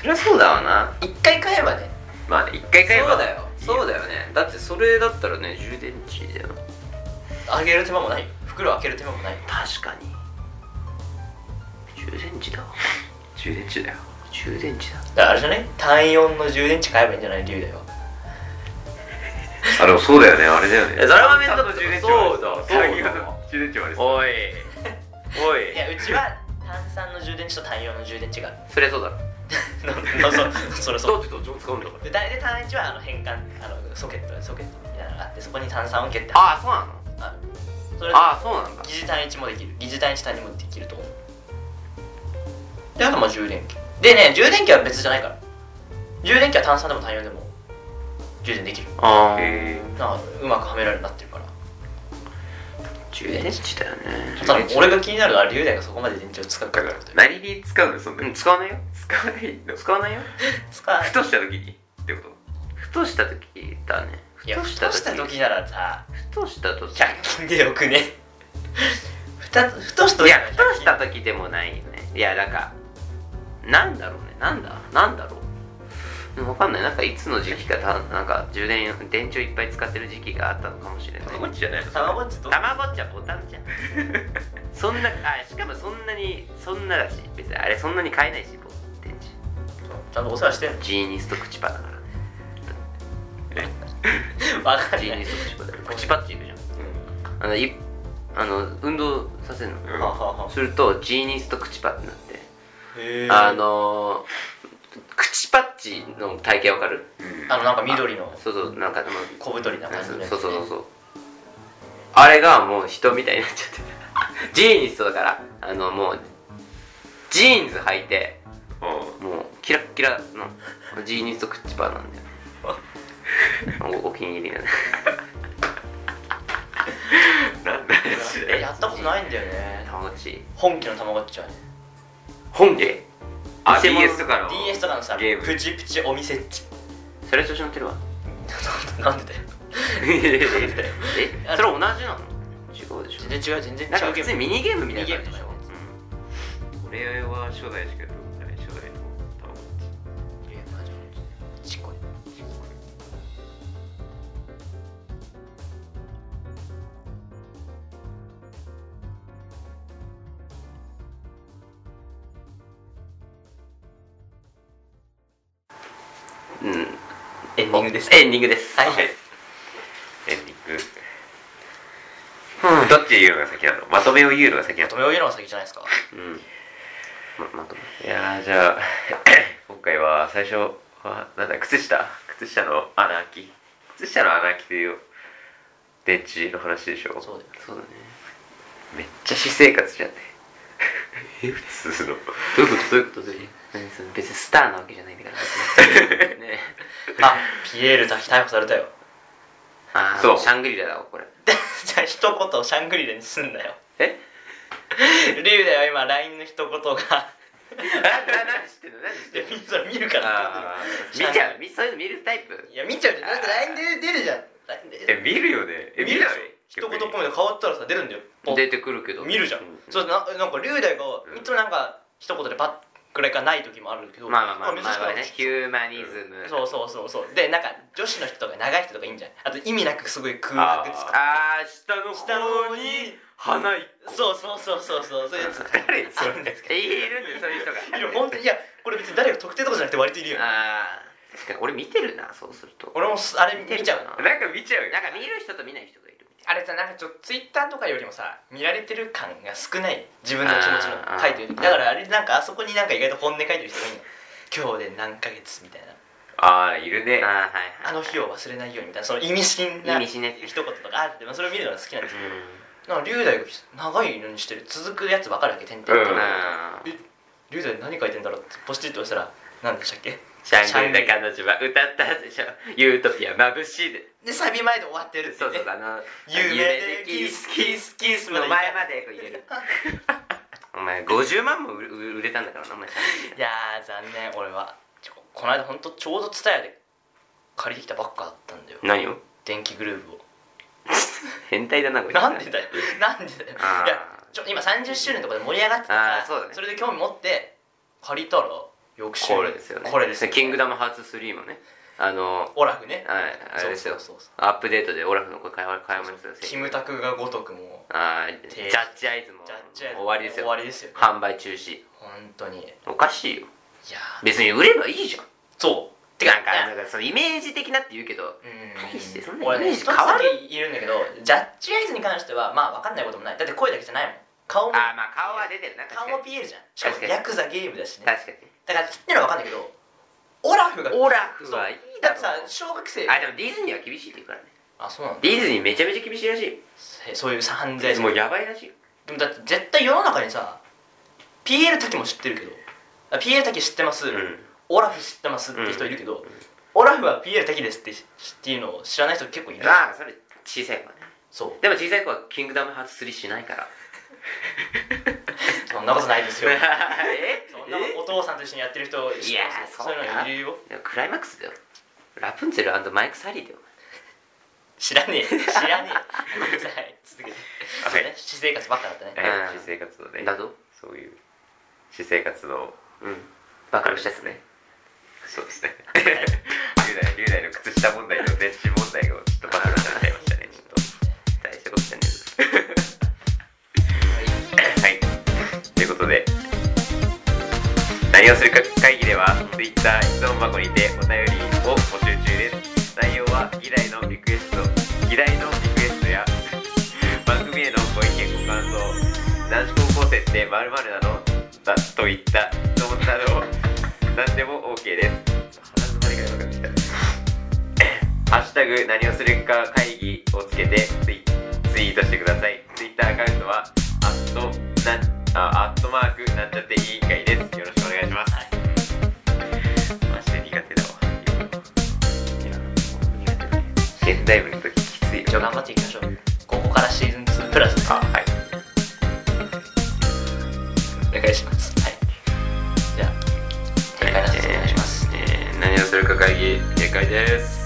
Speaker 5: そりゃそうだわな
Speaker 2: 一回買えばね
Speaker 5: まあね一回買えば
Speaker 2: そうだよ
Speaker 5: そうだよねだってそれだったらね充電池だよ
Speaker 2: 開ける手間もないよ袋開ける手間もないよ
Speaker 5: 確かに充電池だわ
Speaker 4: 充電池だよ
Speaker 5: 充電池だ
Speaker 2: だからあれじゃない単4の充電池買えばいいんじゃない龍だよ
Speaker 4: あでもそうだよねあれだよね
Speaker 5: えそれは面倒
Speaker 4: 炭酸の充電池
Speaker 5: そうだそうだ
Speaker 4: 太陽の充電池はあれ
Speaker 5: お いおい
Speaker 2: いやうちは炭酸の充電池と単4の充電池がある
Speaker 5: それそうだろ
Speaker 2: ののそそれそう
Speaker 5: ってどっちも使うんだか
Speaker 2: で大体単1はあの変換あのソケットソケットみたいなのがあってそこに炭酸を蹴って
Speaker 5: ああそうなの
Speaker 2: あるそれ
Speaker 5: ああそうなんだ
Speaker 2: 疑似単1もできる疑似単1単2もできると思うであとまあ充電器でね充電器は別じゃないから充電器は炭酸でも単4でも充電できる
Speaker 5: あ
Speaker 4: へー
Speaker 2: なんかうまくはめられるようになってるから
Speaker 5: 充電池だよね
Speaker 2: ただ俺が気になるのは龍電がそこまで電池を使うかってことよ
Speaker 4: 何に使うのそんな
Speaker 5: う
Speaker 4: の
Speaker 5: ん使わないよ
Speaker 4: 使わないの
Speaker 5: 使わないよ
Speaker 2: 使う
Speaker 4: ふとした時にってこと
Speaker 5: ふとした時だねふ
Speaker 2: いや
Speaker 5: と
Speaker 2: ふ
Speaker 5: した
Speaker 2: と
Speaker 5: 時
Speaker 2: した時ならさ
Speaker 5: ふとした時
Speaker 2: 100均でよくねふたつふとした時
Speaker 5: いやふとした時でもないよねいやなんかなんだろうねなんだなんだろうわかんないなんかいつの時期かたなんか充電電池をいっぱい使ってる時期があったのかもしれない
Speaker 4: たまごっちじゃないの
Speaker 2: たまごっちと
Speaker 5: たまごっちはボタンじゃん そんなあしかもそんなにそんなだし別にあれそんなに買えないしボ電池
Speaker 2: ちゃんとお世話してんの
Speaker 5: ジーニスと口パだからね
Speaker 2: わかん
Speaker 5: ジ
Speaker 2: な
Speaker 5: ーニ
Speaker 2: い
Speaker 5: スと口パだから口パって言うじゃんあのいあの運動させるの、
Speaker 4: うん
Speaker 2: ははは
Speaker 5: するとジーニスと口パってなって、
Speaker 2: へ
Speaker 5: あのー口パッチの体型わかる
Speaker 4: うん
Speaker 2: あのなんか緑の
Speaker 5: そうそうなんかもう
Speaker 2: 小太りな感じのやつ
Speaker 5: そうそうそうそうあれがもう人みたいになっちゃって ジーニストだからあのもうジーンズ履いて
Speaker 4: あ
Speaker 5: もうキラッキラのジーニスト口パーなんだよねおお気に入り なんだ
Speaker 4: あなんだよそ
Speaker 2: え
Speaker 4: れ
Speaker 2: やったことないんだよね
Speaker 5: たまごっち
Speaker 2: 本気のたまごっちはね
Speaker 5: 本家
Speaker 4: あ
Speaker 5: 偽物
Speaker 4: DS とかの
Speaker 2: DS とかのさ
Speaker 4: ゲーム
Speaker 2: プチプチお店っち
Speaker 5: それ調子乗ってるわ
Speaker 2: なんでだよ
Speaker 5: え
Speaker 2: あ
Speaker 5: それ同じなの違うでしょ
Speaker 2: 全然違う全然違
Speaker 5: なんか
Speaker 2: うゲ
Speaker 5: 普
Speaker 2: ー
Speaker 5: 通に
Speaker 2: ム
Speaker 5: ミニゲームみたいな感じでしょ
Speaker 2: ミニゲームとか
Speaker 4: 俺は初代しかやったことない初代のたまごっち
Speaker 2: ゲームはちっこい
Speaker 5: うんうん
Speaker 2: エンディングです
Speaker 5: エンディングです
Speaker 2: はい
Speaker 5: うん
Speaker 4: エンディングどっち言うのが先なのまとめを言うのが先な
Speaker 2: まと
Speaker 4: の
Speaker 2: めを言うのが先じゃないですか
Speaker 4: うん
Speaker 5: ままとめ
Speaker 4: いやーじゃあ 今回は最初はなんだ靴下靴下の穴開き靴下の穴開きという電池の話でしょ
Speaker 2: そうだよ
Speaker 5: そうだね
Speaker 4: めっちゃ私生活じゃんねえ普通の
Speaker 5: どういうことどういうことどういうこと何それ別にスターなわけじゃない んだから別にね
Speaker 2: あピエール滝逮捕されたよ
Speaker 5: あ
Speaker 4: そう
Speaker 5: シャングリラだわこれ
Speaker 2: じゃあ一言シャングリラにすんなよ
Speaker 4: え
Speaker 2: リュウだよ今 LINE の一言が
Speaker 5: 何知ってんの何知
Speaker 2: いやみんなそれ見るから
Speaker 5: あー見ちゃうみそういうの見るタイプ
Speaker 2: いや見ちゃうじゃんだって LINE で出るじゃん LINE で
Speaker 4: え見るよねえ見ない
Speaker 2: 一言コメント変わったらさ出るんだよポッ
Speaker 5: 出てくるけど
Speaker 2: 見るじゃん、
Speaker 4: うん
Speaker 2: そうななんか龍大がいつもなんか一言でパッくらいかない時もあるけど
Speaker 5: まあまあまあ
Speaker 2: 珍し
Speaker 5: まあ
Speaker 2: く
Speaker 5: ま
Speaker 2: な
Speaker 5: あ
Speaker 2: い
Speaker 5: ねヒューマニズム
Speaker 2: そうそうそうそうでなんか女子の人とか長い人とかいいんじゃんあと意味なくすごい空白つく
Speaker 5: ああ下の
Speaker 2: 下の方に
Speaker 4: 花い
Speaker 2: そうそうそうそうそうそういうや つ
Speaker 4: 誰それ
Speaker 2: あるんですけ
Speaker 5: えいるんだよそういう人
Speaker 2: どいや
Speaker 5: が
Speaker 2: 本当にいやこれ別に誰が特定とかじゃなくて割といるよね
Speaker 5: ああ確かに俺見てるなそうすると
Speaker 2: 俺もすあれ見ちゃうな
Speaker 5: な
Speaker 4: なんか見ちゃうよ
Speaker 5: なんか見る人と見ない人がいるみた
Speaker 2: あ
Speaker 5: い
Speaker 2: れさなんかちょっとツイッターとかよりもさ見られてる感が少ない自分の気持ち
Speaker 5: あ
Speaker 2: の
Speaker 5: ー
Speaker 2: 書いてる
Speaker 5: あー
Speaker 2: だからあれなんかあそこになんか意外と本音書いてる人がいるの今日で何ヶ月みたいな
Speaker 4: ああいるね
Speaker 5: なああはいはい
Speaker 2: あの日を忘れないようにみたいなその意味深な
Speaker 5: 意味深なやつ
Speaker 2: 一言とかあって、まあ、それを見るのが好きなんです
Speaker 5: う
Speaker 2: よ
Speaker 5: ん
Speaker 2: なんか龍大が長いのにしてる続くやつ分かるわけ点々
Speaker 4: うん
Speaker 2: と
Speaker 5: あー
Speaker 2: え龍大何書いてんだろうってポチッと押したら何でしたっけ
Speaker 5: シャングリラ彼女は歌ったはずでしょユートピア眩しいで
Speaker 2: でサビ前で終わってるって
Speaker 5: そ
Speaker 2: ね
Speaker 5: うそうあの
Speaker 2: 夢で
Speaker 5: キ
Speaker 2: キ
Speaker 5: ス
Speaker 2: ス
Speaker 5: キ
Speaker 2: キ
Speaker 5: ス
Speaker 2: ス
Speaker 5: キ
Speaker 2: キ
Speaker 5: ス
Speaker 2: スま
Speaker 5: の
Speaker 2: で
Speaker 5: 前までこう入れるお前50万も売れ売れたんだからなお前シャングリラ
Speaker 2: いやー残念俺はちょこの間ほんとちょうどツタヤで借りてきたばっかだったんだよ
Speaker 5: 何を
Speaker 2: 電気グルーヴを
Speaker 5: 変態だなこれ
Speaker 2: なんで だよなんでだよ
Speaker 5: あー
Speaker 2: いやちょ今30周年とかで盛り上がってたか
Speaker 5: あー
Speaker 2: ら
Speaker 5: そうだね
Speaker 2: れで興味持って借りたら翌週
Speaker 5: これですよね
Speaker 2: これですよ
Speaker 5: キングダムハーツ3もねあの
Speaker 2: オラフね
Speaker 5: はいあれですよ
Speaker 2: そうそうそう
Speaker 5: アップデートでオラフの声変わ変えましたよ
Speaker 2: キムタクがごとくも
Speaker 5: あージャ
Speaker 2: 提
Speaker 5: ッ
Speaker 2: 出
Speaker 5: ジアイズも
Speaker 2: ジャッジアイズ
Speaker 5: 終わりですよ
Speaker 2: 終わりですよ
Speaker 5: 販売中止
Speaker 2: 本当にいや
Speaker 5: おかしいよ
Speaker 2: ー
Speaker 5: 別に売ればいいじゃん
Speaker 2: そう
Speaker 5: てかなんか
Speaker 2: いや
Speaker 5: なんかそのイメージ的なって言うけど
Speaker 2: うん
Speaker 5: 大してそんな
Speaker 2: 俺
Speaker 5: イメ
Speaker 2: ね
Speaker 5: ー
Speaker 2: 一
Speaker 5: ジ
Speaker 2: つ
Speaker 5: 変
Speaker 2: だ
Speaker 5: わる
Speaker 2: けいるんだけどジャッジアイズに関してはまあ分かんないこともないだって声だけじゃないもん顔も
Speaker 5: あーまあ顔は出てるな
Speaker 2: 顔
Speaker 5: 確か
Speaker 2: も
Speaker 5: に
Speaker 2: ピエールじゃんしかも
Speaker 5: 確かに
Speaker 2: ヤクザゲームだしね
Speaker 5: 確かに
Speaker 2: だから知ってるのは分かんないけどオラフが
Speaker 5: オラフはいい
Speaker 2: だ
Speaker 5: だろ
Speaker 2: ってさ小学生
Speaker 5: あでもディズニーは厳しいって言うからね
Speaker 2: あそうなんだ
Speaker 5: ディズニーめちゃめちゃ厳しいらしい
Speaker 2: せそういう犯罪者
Speaker 5: もうやばいらしいよ
Speaker 2: でもだって絶対世の中にさ PL 滝も知ってるけどあ PL 滝知ってます、
Speaker 5: うん
Speaker 2: オラフ知ってますって人いるけど、
Speaker 5: うん
Speaker 2: オラフは PL 滝ですって知っていうのを知らない人結構いる
Speaker 5: まあそれ小さい子はね
Speaker 2: そう
Speaker 5: でも小さい子はキングダムハーツ3しないから
Speaker 2: そんなことないです よ
Speaker 5: え
Speaker 2: そんなお父さんと一緒にやってる人知ってます
Speaker 5: いやー
Speaker 2: そういうのいるよ
Speaker 5: でもクライマックスだよラプンツェルマイク・サリーだよ
Speaker 2: 知らねえ知らねえごめんなさい続けて
Speaker 4: はい
Speaker 2: そうね私生活ばっかだったね
Speaker 4: は
Speaker 5: う
Speaker 4: い
Speaker 5: ん
Speaker 4: 私生活のね
Speaker 5: だぞ
Speaker 4: そういう私生活の
Speaker 5: うんバカのしたやつね
Speaker 4: そうですね龍大龍大の靴下問題と電池問題をちょっとバカになっちゃいましたねちょっと大したことじゃねえぞはいということで何をするか会議では Twitter 質問箱にてお便りを募集中です内容は議題のリクエスト議題のリクエストや番組へのご意見ご感想男子高校生って〇〇なのだといった質問など何でも OK です鼻詰まりがやばくなってきたハッシュタグ何をするか会議をつけてツイツイートしてください。ツイッターアカウントは、アット、な、あ、アットマーク、なんちゃって委員会です。よろしくお願いします。マジで苦手だわ。いや、もう苦手だね。現代部の時きついよ。
Speaker 2: じゃあ頑張っていきましょうここからシーズン2プラスです
Speaker 4: あ、はい。
Speaker 2: お願いしますはいじゃあ正解なさお願いします
Speaker 5: えー何をするか会議正解です